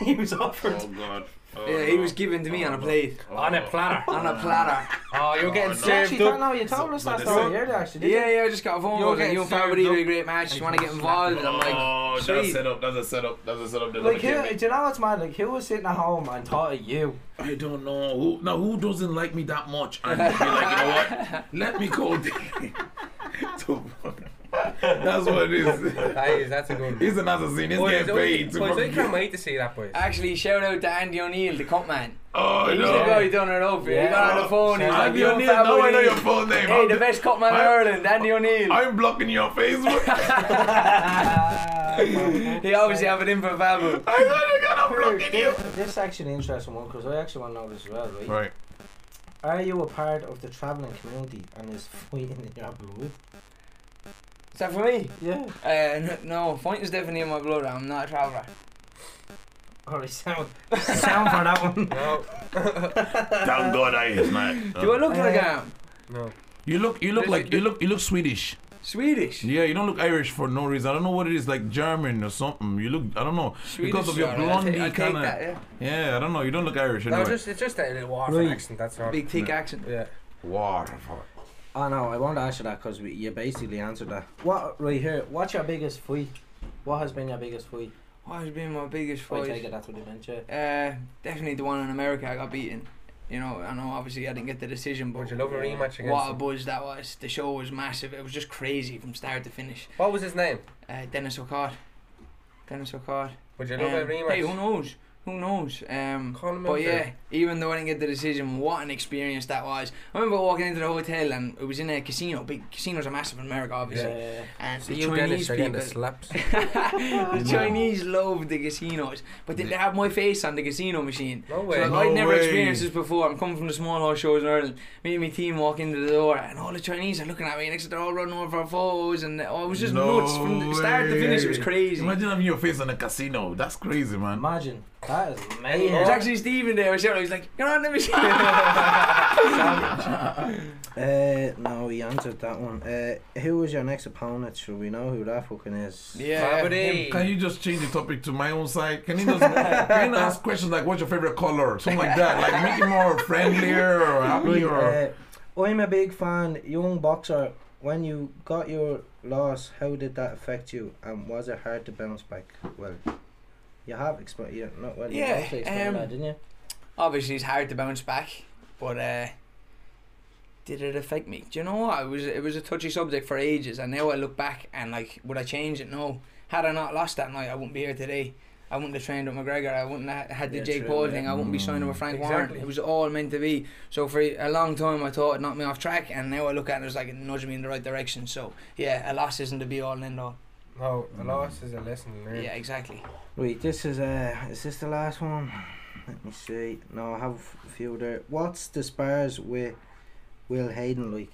D: he was offered.
B: Oh God. Oh,
E: yeah, he
B: no.
E: was given to me
B: Oh,
E: on a
B: no.
E: plate,
B: Oh,
C: On a
B: no.
C: platter.
E: on a platter.
C: *laughs* Oh, you're getting
B: no.
D: You actually
C: served
D: don't
C: up.
D: know. You told us
B: So-
D: that
B: so
D: story
B: the-
D: earlier, actually. didn't
E: Yeah, yeah, I just got a phone
C: You'll
E: call.
C: get
E: You and
C: served
E: Faber would be a
C: up.
E: great match. You want to get involved? And I'm like,
B: Oh, that's
E: sweet.
B: a setup. That's a setup. That's a setup. That
D: you? Like,
B: never
D: who,
B: came
D: do you know what's mad? Like, who was sitting at home and thought of you?
B: in. I don't know. Who, now, who doesn't like me that much? And be like, you know
E: *laughs*
B: what? Let me call. Dave." *laughs* So, that's what it is.
C: That is, that's a good one.
B: He's an assassin. He's
C: Boys,
B: getting paid. Ah. To
C: boys, I
B: fucking-
C: can't wait to see that, boys.
E: actually, shout out to Andy O'Neill, the cop man.
B: oh
E: He's the
B: no.
E: guy who done it up. He
D: Yeah.
E: got on the phone. He's like,
B: Andy
E: "Yo,
B: O'Neill.
E: Faber
B: Now I know
E: D.
B: your full name.
E: Hey,
B: I'm-
E: the best cop man in
B: I-
E: Ireland, Andy O'Neill.
B: I'm blocking your
E: *laughs*
B: Facebook.
E: He obviously have it in for Fabu.
B: I thought I'm blocking you.
D: This is actually an interesting one because I actually want to know this as well, right?
B: Right.
D: Are you a part of the travelling community and is fighting in your blood?
E: Is that for me?
D: Yeah.
E: Uh, n- no, fighting's definitely in my blood. I'm not a traveller.
D: Alright, sound, sound for that one.
C: No,
B: Thank God I is not.
E: *laughs* Do I look like
D: Uh,
E: I'm
C: no.
B: You look. You look like. You look. You look Swedish.
E: Swedish?
B: Yeah, you don't look Irish for no reason. I don't know what it is, like German or something. You look, I don't know.
E: Swedish
B: Because of your
E: sorry, I'll ta-
B: blondy
E: I'll take
B: kinda-
E: that, yeah.
B: Yeah, I don't know. You don't look Irish
C: No,
B: anyway.
C: it's just, it's just a little water
D: Right.
C: accent, that's all.
E: Big thick accent.
C: Yeah.
B: Waterfall.
D: Oh no, I won't ask you that because you basically answered that. What right here? What's your biggest fight? What has been your biggest fight?
E: What has been my biggest
D: I take it
E: fight?
D: that's what you meant, yeah.
E: Uh, definitely the one in America. I got beaten. You know, I know. Obviously, I didn't get the decision, but
C: Would you love a rematch against
E: what a
C: him?
E: buzz that was! The show was massive. It was just crazy from start to finish.
C: What was his name?
E: Uh, Dennis O'Cott. Dennis O'Cott.
C: Would you love
E: Um,
C: a rematch?
E: hey, who knows? Who knows? Um,
C: Call him
E: but
C: out
E: yeah,
C: there.
E: even though I didn't get the decision, what an experience that was. I remember walking into the hotel and it was in a casino. Big casinos are massive in America, obviously.
D: Yeah.
E: And the
C: See, Dennis,
E: Chinese
C: they're getting
E: people, *laughs*
C: the slaps.
E: the Chinese love the casinos, but they, they have my face on the casino machine.
C: No
E: So
C: way.
E: like,
B: No
E: I'd never
B: way.
E: experienced this before. I'm coming from the small horse shows in Ireland. Me and my team walk into the door, and all the Chinese are looking at me. Next, they're all running over our photos, and oh, it was just
B: No
E: nuts from the start to finish. It was
B: way.
E: crazy.
B: Imagine having your face in a casino. That's crazy, man.
D: Imagine that is
E: It was
D: amazing.
E: Um, actually Stephen there. I was he's like, "You're on the *laughs* machine."
D: Uh, no, he answered that one. Uh, who was your next opponent? Should we know who that fucking is?
C: Faberdy.
B: Can you just change the topic to my own side? Can you just can you not ask questions like what's your favorite color, something like that, like make it more friendlier or
D: Right,
B: happier? Or...
D: uh, I'm a big fan, young boxer. When you got your loss, how did that affect you, and was it hard to bounce back? Well, you have explained. Yeah, not well. you
E: Yeah,
D: have to explain
E: um,
D: that, didn't you?
E: Obviously, it's hard to bounce back, but uh, did it affect me? Do you know what? It was it was a touchy subject for ages, and now I look back and like, would I change it? No. Had I not lost that night, I wouldn't be here today. I wouldn't have trained with McGregor. I wouldn't have had the
D: Yeah,
E: Jake
D: true,
E: Paul
D: yeah.
E: thing. I wouldn't be signing with Frank
C: Exactly.
E: Warren. It was all meant to be. So for a long time, I thought it knocked me off track, and now I look at it as like it nudged me in the right direction. So yeah, a loss isn't the be all and end all.
C: No, a loss is a lesson learned.
E: Yeah, exactly.
D: Wait, this is uh, is this the last one? Let me see. No, I have a few there. What's the Spurs with Will Hayden like?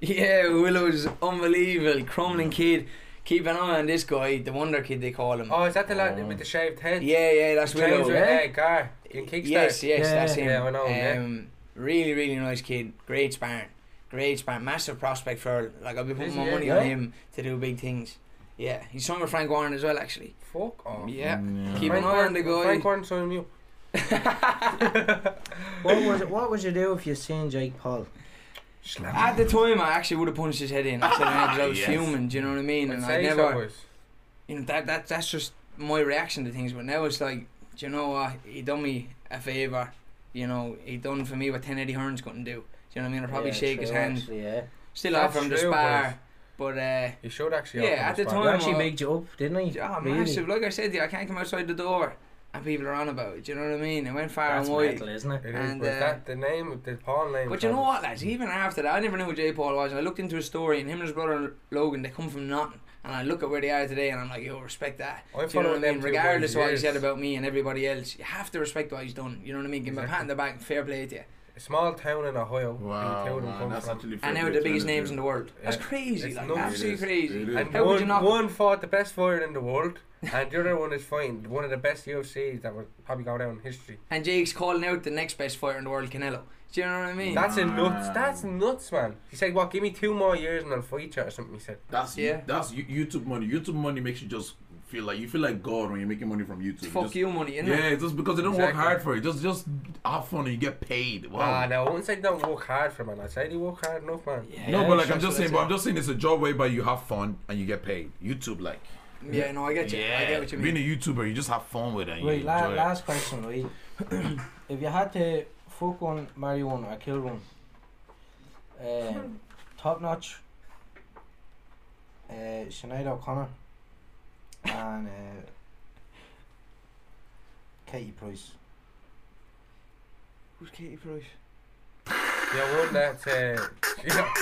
E: Yeah, Willow's unbelievable, crumbling kid. Keep an eye on this guy, the Wonder Kid they call him.
C: Oh, is that the lad with the shaved head?
E: Yeah, yeah, that's
C: Trains
E: Willow.
C: with
E: yeah.
C: uh, Gar in Kickstart.
E: Yes, yes,
D: Yeah,
E: that's
C: yeah.
E: him.
C: Yeah, I know him,
E: Um, really, really nice kid. Great sparring. Great sparring. Massive prospect for like I'll be putting
C: Is
E: my
C: he, yeah?
E: money
D: Yeah.
E: on him to do big things. Yeah, he's son of Frank Warren as well, actually.
C: Fuck off.
E: Yeah.
B: Mm, Yeah.
E: Keep an eye on the guy.
C: Frank Gordon signed me up.
D: What was it? What would you do if you seen Jake Paul?
E: At the time, I actually would have punched his head in. I said, because I was
B: Yes.
E: fuming. Do you know what I mean?
C: I'd
E: And I
C: say
E: never.
C: so, boys.
E: you know that that that's just my reaction to things. But now it's like, do you know what? He done me a favor. You know, he done for me what ten Eddie Hearns couldn't do. Do you know what I mean? I probably
D: Yeah,
E: shake his
D: true,
E: hand.
D: Actually, yeah.
E: Still
C: That's
E: offer him the
C: true,
E: spar, but uh,
C: He showed actually.
E: Yeah,
C: off on
E: at the
C: spot.
E: time,
D: He actually
E: uh,
D: made you up, didn't he?
E: oh,
D: Really?
E: massive. Like I said, to you, I can't come outside the door, and people are on about it. Do you know what I mean? It went far
D: That's
E: and wide.
D: mental, isn't it?
C: It is,
E: And,
C: but
E: uh,
C: that the name, of the Paul name.
E: But you know
C: Travis.
E: what, lads? Even after that, I never knew who Jay Paul was. I looked into his story, and him and his brother Logan, they come from nothing. And I look at where they are today, and I'm like, yo, respect that.
C: I'm
E: Do you know what
C: following
E: I
C: them
E: mean?
C: two
E: Regardless of
C: boys,
E: what he
C: years.
E: said about me and everybody else, you have to respect what he's done. You know what I mean? Give him a pat on the back. Fair play to you.
C: A small town in Ohio.
B: Wow,
C: you
B: man, that's actually
E: And now
B: fair
E: the
B: play,
E: biggest
B: man.
E: names in the world. That's
C: Yeah.
E: crazy.
C: It's
E: like
C: nuts.
E: absolutely
B: It is,
E: crazy.
B: it is.
C: and
E: How
C: one,
E: could you not?
C: one fought the best fighter in the world, and the other one is fighting one of the best UFCs that would probably go down in history.
E: And Jake's calling out the next best fighter in the world, Canelo. Do you know what I mean?
C: That's a nuts.
B: Man.
C: That's nuts, man. He said, "What? Give me two more years and I'll fight you," or something. He said.
B: That's
E: Yeah.
B: yeah. That's you- YouTube money. YouTube money makes you just feel like you feel like God when you're making money from YouTube.
E: fuck
B: Just-
E: you money, isn't
B: Yeah,
E: it?
B: it's just because they don't
C: Exactly.
B: work hard for it. Just just have fun and you get paid. Wow.
C: Ah, no, I wouldn't say don't work hard for man. I'd say they work hard enough, man.
E: Yeah,
B: no, but like I'm
E: that's
B: just saying, but
E: what
B: I'm just saying it's a job whereby you have fun and you get paid. YouTube, like
E: I said. Yeah, no, I get you. I get what you mean.
B: being a YouTuber, you just have fun with it. And
D: Right,
B: you
D: la-
B: enjoy it.
D: last question, right? *clears throat* if you had to fuck one, marry one, or kill one, um, top notch, uh, Sinead O'Connor, and uh, Katie Price.
E: Who's Katie Price?
C: Yeah, one that. Uh, *laughs* yeah.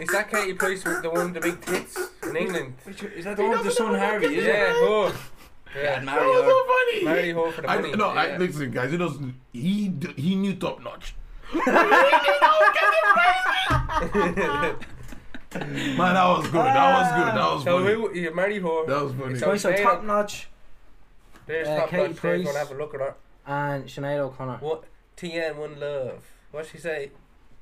C: Is that Katie Price with the one with the big tits in England?
E: Which, is that the one with the son Harvey? Is
C: Yeah,
E: it?
C: who?
E: Yeah,
C: Yeah,
E: I'd
B: That
E: marry
B: was
E: her.
B: so funny.
C: marry her for the
B: I,
C: money.
B: no, I,
C: yeah.
B: listen, guys. He does. He d- he knew top notch. Man, that was good. That was good. That was
C: so
B: funny.
C: who you marry her?
B: that was funny.
C: So
D: Right, so
C: Sinead-
D: top notch
C: There's
D: Uh,
C: top
D: Katie
C: notch. There's
D: Price.
C: gonna have a look at her.
D: and Sinead O'Connor.
C: What TN one love? What she say?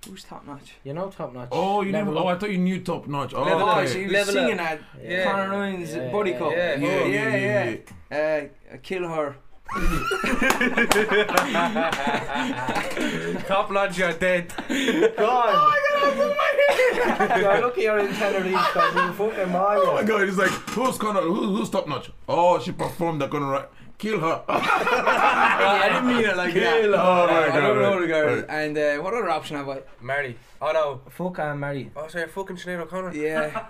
E: Who's top notch?
D: You know top notch.
B: oh, you
D: Level
B: never. Oh,
D: up.
B: I thought you knew top notch. Oh,
C: Level
E: Oh,
C: up.
E: so he
B: okay.
E: was
C: Level up.
E: singing at
C: Yeah.
E: Conor Ryan's
D: Yeah,
E: body
D: yeah,
E: cup.
C: yeah.
E: yeah,
C: Yeah,
E: yeah. Uh, kill her.
C: Top notch, you're dead.
D: Oh God!
B: *laughs*
D: You're lucky you're in Tenerife because you fucking marry
B: Oh my
D: her.
B: god, it's like who's Conor? Who, who's top notch? Oh, she performed that Conor. Ra- Kill her.
E: I didn't mean it like that.
B: Kill her. Oh my
E: I don't
B: God,
E: know
B: right,
E: the girl.
B: right.
E: And uh, what other option have I?
C: Marry. Oh no.
D: Fuck and marry.
C: Oh, sorry, fucking Sinead *laughs* O'Connor.
E: Yeah.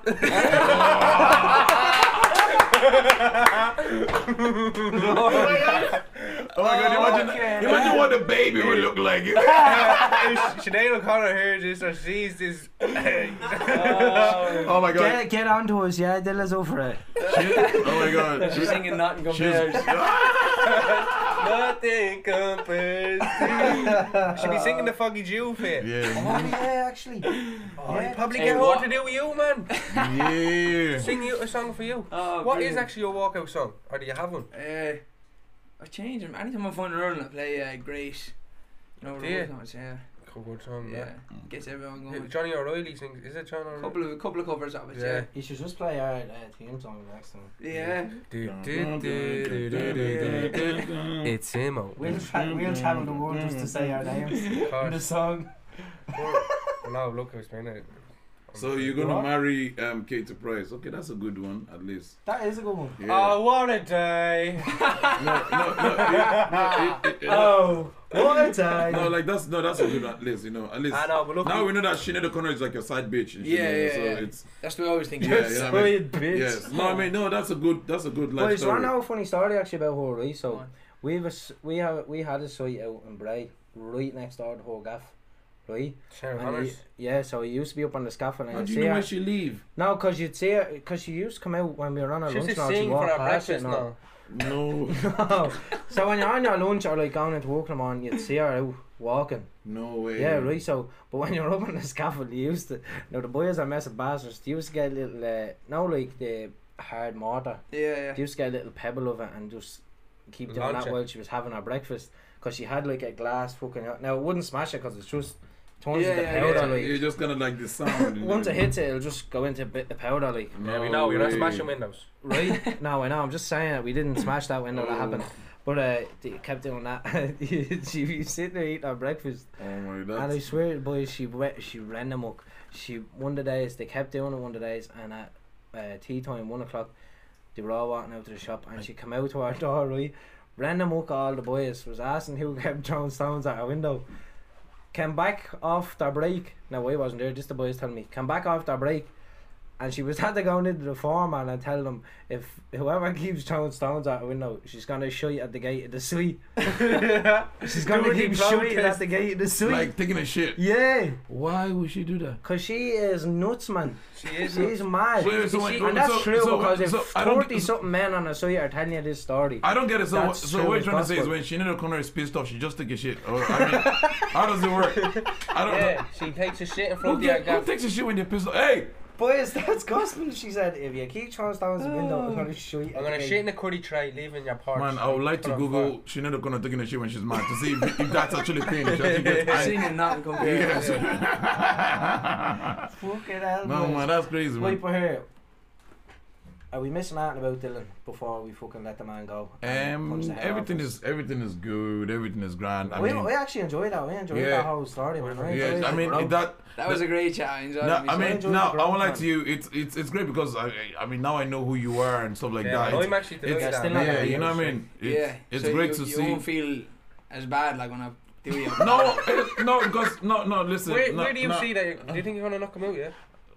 B: Oh my god, imagine, imagine what the baby would look like.
C: Sinead O'Connor hears this or sees this.
B: oh my god.
D: Get, get onto us, yeah, Dilla's over it.
B: Oh my god.
E: *laughs* She's singing nothing compares.
C: Nothing compares. to- Should be singing the Foggy Jew fit.
B: Yeah.
D: Oh, yeah, actually. *laughs*
C: Oh, you probably
E: Hey,
C: get
E: what-
C: more to do with you, man.
B: *laughs* Yeah.
C: Sing you a song for you.
E: Oh,
C: What is
E: brilliant.
C: actually your walkout song? Or do you have one?
E: Uh, I change them. Anytime I find a run, I play uh, Grace. You know,
C: Do you?
E: Rose Notes, yeah.
C: Cool, good song,
B: Mm.
E: Yeah.
C: yeah.
E: Gets everyone
C: Who-
E: going.
C: Johnny O'Reilly sings. Is it John
E: A
C: O'Reilly?
E: couple of a couple of covers of it,
C: Yeah.
E: yeah.
D: You should just play our uh, theme song next time.
E: Yeah.
C: Do, do, do, do, do, do, do. It's Imo.
D: We'll, tra- we'll travel the world just to say our names
C: Of
D: in the
C: course.
D: song.
C: no, look, I was playing it.
B: So you're gonna marry um, Katie Price? Okay, that's a good one at least.
D: That is a good *laughs* one.
B: Yeah.
C: Oh, what a day!
B: *laughs* No, no, no, it- no, it- it- no,
D: Oh, what a *laughs* time.
B: no, like that's no, that's a good one at least. You know, at least
C: I know, but look.
B: now we know that Sinead O'Connor is like your side bitch. and shit,
E: Yeah,
B: you know,
E: yeah,
B: so
E: yeah.
B: It's
E: That's what I was thinking.
B: yeah, you
D: *laughs*
B: know what I mean?
D: bitch.
B: Yes. No, I mean no. That's a good. That's a good life
D: Boys, so I
B: story.
D: know a funny story actually about her, right?
E: Go
D: So
E: on.
D: we was we have we had a site out in Bray, right next door to her gaff, right?
C: Sharon
D: And he,
C: Connors.
D: yeah, so he used to be up on the scaffold and
B: How
D: I'd
B: do
D: see
B: you know
D: her.
B: when she leave?
D: No, because you'd see her, because she used to come out when we were on our
C: She's
D: lunch
C: just
D: now. she'd
C: singing
D: walk
C: for our
D: past it
C: breakfast
D: and
C: now.
B: No,
D: all. *laughs* so when you're on your lunch or like going into work in the morning, you'd see her out walking.
B: no way.
D: Yeah, right. So, but when you're up on the scaffold, you used to. Now the boys are massive bastards. They used to get a little, uh, no, like the hard mortar.
E: Yeah,
D: They used to get a little pebble of it and just keep doing
C: Launch
D: that
C: it.
D: while she was having her breakfast. Because she had like a glass fucking. Now it wouldn't smash it because it's just tons
E: Yeah,
D: of the
E: yeah,
D: powder.
E: yeah.
D: like
B: You're just gonna like the
D: *laughs*
B: sound. and
D: once it
B: everything.
D: hits it, it'll just go into a bit the powder. Like
C: Yeah, we
B: No
C: know, you're not
B: way.
C: smashing windows.
D: right? no, I know. I'm just saying that we didn't smash that window. That happened. But uh, they kept doing that. *laughs* she was sitting there eating her breakfast.
B: Oh my
D: And I
B: god.
D: swear, boys, she went, she ran them up. She one of the days they kept doing it one of the days, and at uh, tea time, one o'clock, they were all walking out to the shop, and she come out to our *laughs* door, right? Ran them up, all the boys was asking who kept throwing stones at our window. Came back off the break. No, I wasn't there. Just the boys telling me. Came back off the break, and she was *laughs* had to go into the foreman and tell them if whoever keeps throwing stones out the window, she's gonna shoot at the gate of the suite. she's gonna
C: Doing
D: keep
C: the
D: shooting at
C: protest.
D: the gate of the suite.
B: Like taking a shit.
D: Yeah,
B: Why would she do that?
D: cause she is nuts, man.
C: She is.
D: She's mad,
B: Wait, wait, so wait,
D: and that's
B: so-
D: true
B: so-
D: because if
B: so I don't-
D: forty something men on a site are telling you this story,
B: I don't get it. So,
D: That's
B: so what
D: true,
B: you're
D: it's
B: trying to say is
D: possible.
B: when Sinead O'Connor is pissed off, she just take a shit. Or, I
D: *laughs*
B: mean, how does it work? I don't know.
C: Yeah, she takes a shit in
B: Who,
C: front of your
B: get, who
C: gaff.
B: takes a shit when they're pissed off? Hey,
D: boys, that's gospel. She said, if you keep trying to stand the window, I'm gonna shoot you.
C: I'm gonna shit in the curry tray, leaving your porch.
B: man, I would like to
C: Put on
B: Google
C: fire.
B: Sinead O'Connor taking a shit when she's mad to see if, if that's actually a thing. She
D: *laughs*
B: actually gets
E: yeah.
B: angry.
E: Singing nothing compared.
B: Yes.
D: Fucking
B: *laughs*
D: hell,
B: no,
D: boys.
B: man, that's crazy,
D: Wait
B: man.
D: for her. Are we missing out about Dylan before we fucking let the man go? and punch
B: Um,
D: the head
B: everything
D: off?
B: is everything is good. Everything is grand. I
D: we,
B: mean,
D: we actually enjoyed that. We enjoyed
B: Yeah.
D: that whole story, man. We
B: yeah,
D: enjoyed
B: I
D: it,
B: mean
D: bro.
B: that
E: That was a great challenge.
B: No, I
D: enjoy
B: mean,
D: the
B: now I
D: growth,
B: won't lie
D: man.
B: to you. It's it's it's great because I I mean now I know who you are and stuff like
C: Yeah,
B: that.
C: I'm
B: It's,
C: actually
B: it's-
C: doing that.
D: still not
B: yeah,
D: gonna
B: you
D: be
B: know what I
D: able to
B: mean. It's,
E: yeah.
B: it's
E: so
B: great
E: you,
B: to
E: you
B: see.
E: won't feel as bad like when I do you.
B: *laughs* no, it- no, because no, no. Listen,
C: Where,
B: no,
C: where do you
B: no.
C: see that? Do you think you're gonna knock him out? Yeah.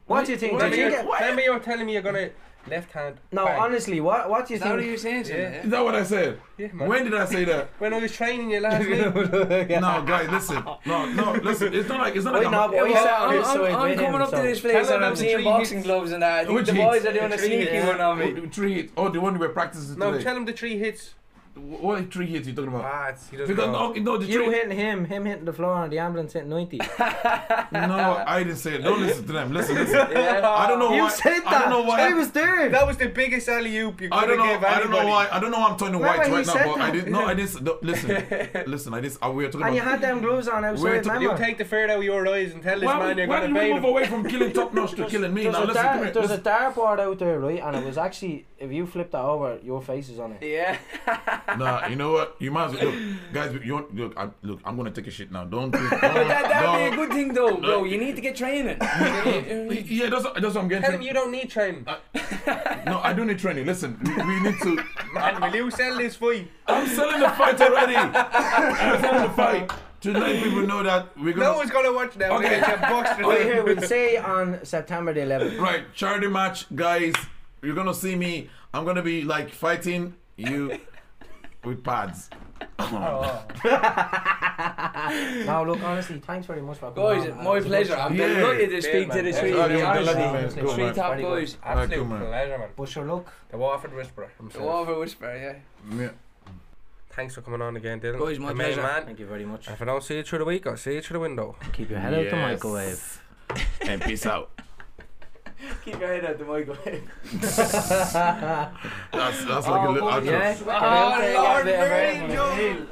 D: What do you think?
C: Remember,
D: Did you
C: you
D: get?
C: remember you were telling me you're gonna left hand.
D: No,
C: bang.
D: honestly, what what do you
E: Is that what
D: think? *laughs*
E: you're saying?
C: Yeah.
E: Yeah.
B: Is that what I said?
C: Yeah, man.
B: When did I say that?
C: When I was training you last week.
B: No, guys, listen. No, no, listen. It's not like it's not
D: Wait,
B: like
D: no,
B: I'm,
D: but-
E: Yeah,
D: Well,
E: well,
D: yeah,
E: I'm,
D: so
E: I'm,
D: it
E: I'm
D: made
E: coming
D: him,
E: up to
D: so-
E: this
C: Tell
E: place
C: them
E: and I'm
C: about the
E: seeing
C: tree
E: boxing
C: hits.
E: gloves and that. I think
B: Which
E: the boys
B: hits?
E: are doing a
C: The tree
E: sneaky
C: hits.
E: one on
B: oh,
E: me.
B: the three hits. Oh, the one we were practicing
C: No,
B: today.
C: tell him the three hits.
B: what three hits you talking about?
C: Ah, it's, he doesn't
B: Because
C: know.
B: no, no, the
D: You
B: three.
D: hitting him, him hitting the floor, and the ambulance hitting 90.
B: No, I didn't say it. Don't listen to them. Listen, listen.
C: *laughs*
E: Yeah.
B: Oh, I don't know why.
D: you said that!
B: I don't know why.
D: He was there!
C: That was the biggest alley oop you could
B: I don't know.
C: give
B: I don't know
C: anybody.
B: why. I don't know. why I'm turning
D: Remember
B: white
D: he
B: right now,
D: said
B: but I
D: that?
B: didn't. No, I didn't. No, listen, listen. I didn't. I, we were talking
D: and you
B: about.
D: had them gloves on outside,
B: Wait,
D: remember?
C: You take the fear out of your eyes and tell this
B: why
C: man you're
B: why
C: gonna
B: did we
C: pay
B: move
C: him.
B: away from killing top notch to killing me?
D: There's,
B: Now
D: a,
B: listen.
D: dar-
B: Come here.
D: there's a
B: Listen.
D: dartboard out there, right? And it was actually, if you flip that over, your face is on it.
E: Yeah.
B: Nah, you know what? You might as well look, guys. You want, look, I, look. I'm gonna take a shit now. Don't. don't,
E: But *laughs* that, that'd be a
B: don't-
E: good thing though, bro. You need to get training.
B: Yeah, that's, that's what I'm
C: Tell him
B: getting.
C: you don't need training.
B: No, I do need training. Listen, we, we need to.
C: Man, will you sell this fight?
B: I'm selling the fight already. I'm selling the fight to let people know that we're gonna.
C: No one's gonna watch that.
B: Okay. Oh,
C: Okay. Get
B: *laughs*
C: boxed
D: Right here,
C: for
D: we'll say on September the 11th.
B: Right, charity match, guys. You're gonna see me. I'm gonna be like fighting you with pads.
D: Now, look, honestly, thanks very much for coming
E: Boys,
D: on.
E: my
D: It was a good
E: pleasure. I'm
B: Yeah.
E: delighted to speak
C: man.
E: to the
C: Yeah,
E: three.
C: man.
E: of you,
B: Yeah, man.
E: honestly.
B: Yeah, man.
E: Three
B: Go,
E: top
D: man.
E: boys.
B: Alright, cool,
C: Absolute
B: man.
C: pleasure, man.
D: show. But sure, look,
C: The Waterford Whisperer.
E: The Waver Whisper, yeah.
B: Yeah.
C: Thanks for coming on again, Dylan.
E: Boys, my
C: The main
E: pleasure.
C: Man.
D: thank you very much.
C: If I don't see you through the week, I'll see you through the window.
D: Keep your head out the
B: Yes.
D: microwave.
B: And peace out.
E: Keep your head out the
D: *laughs*
E: microwave.
B: That's that's like a little outro.
D: Yeah.
E: Oh, Lord,
D: Okay, yeah,
E: very
D: very
E: good.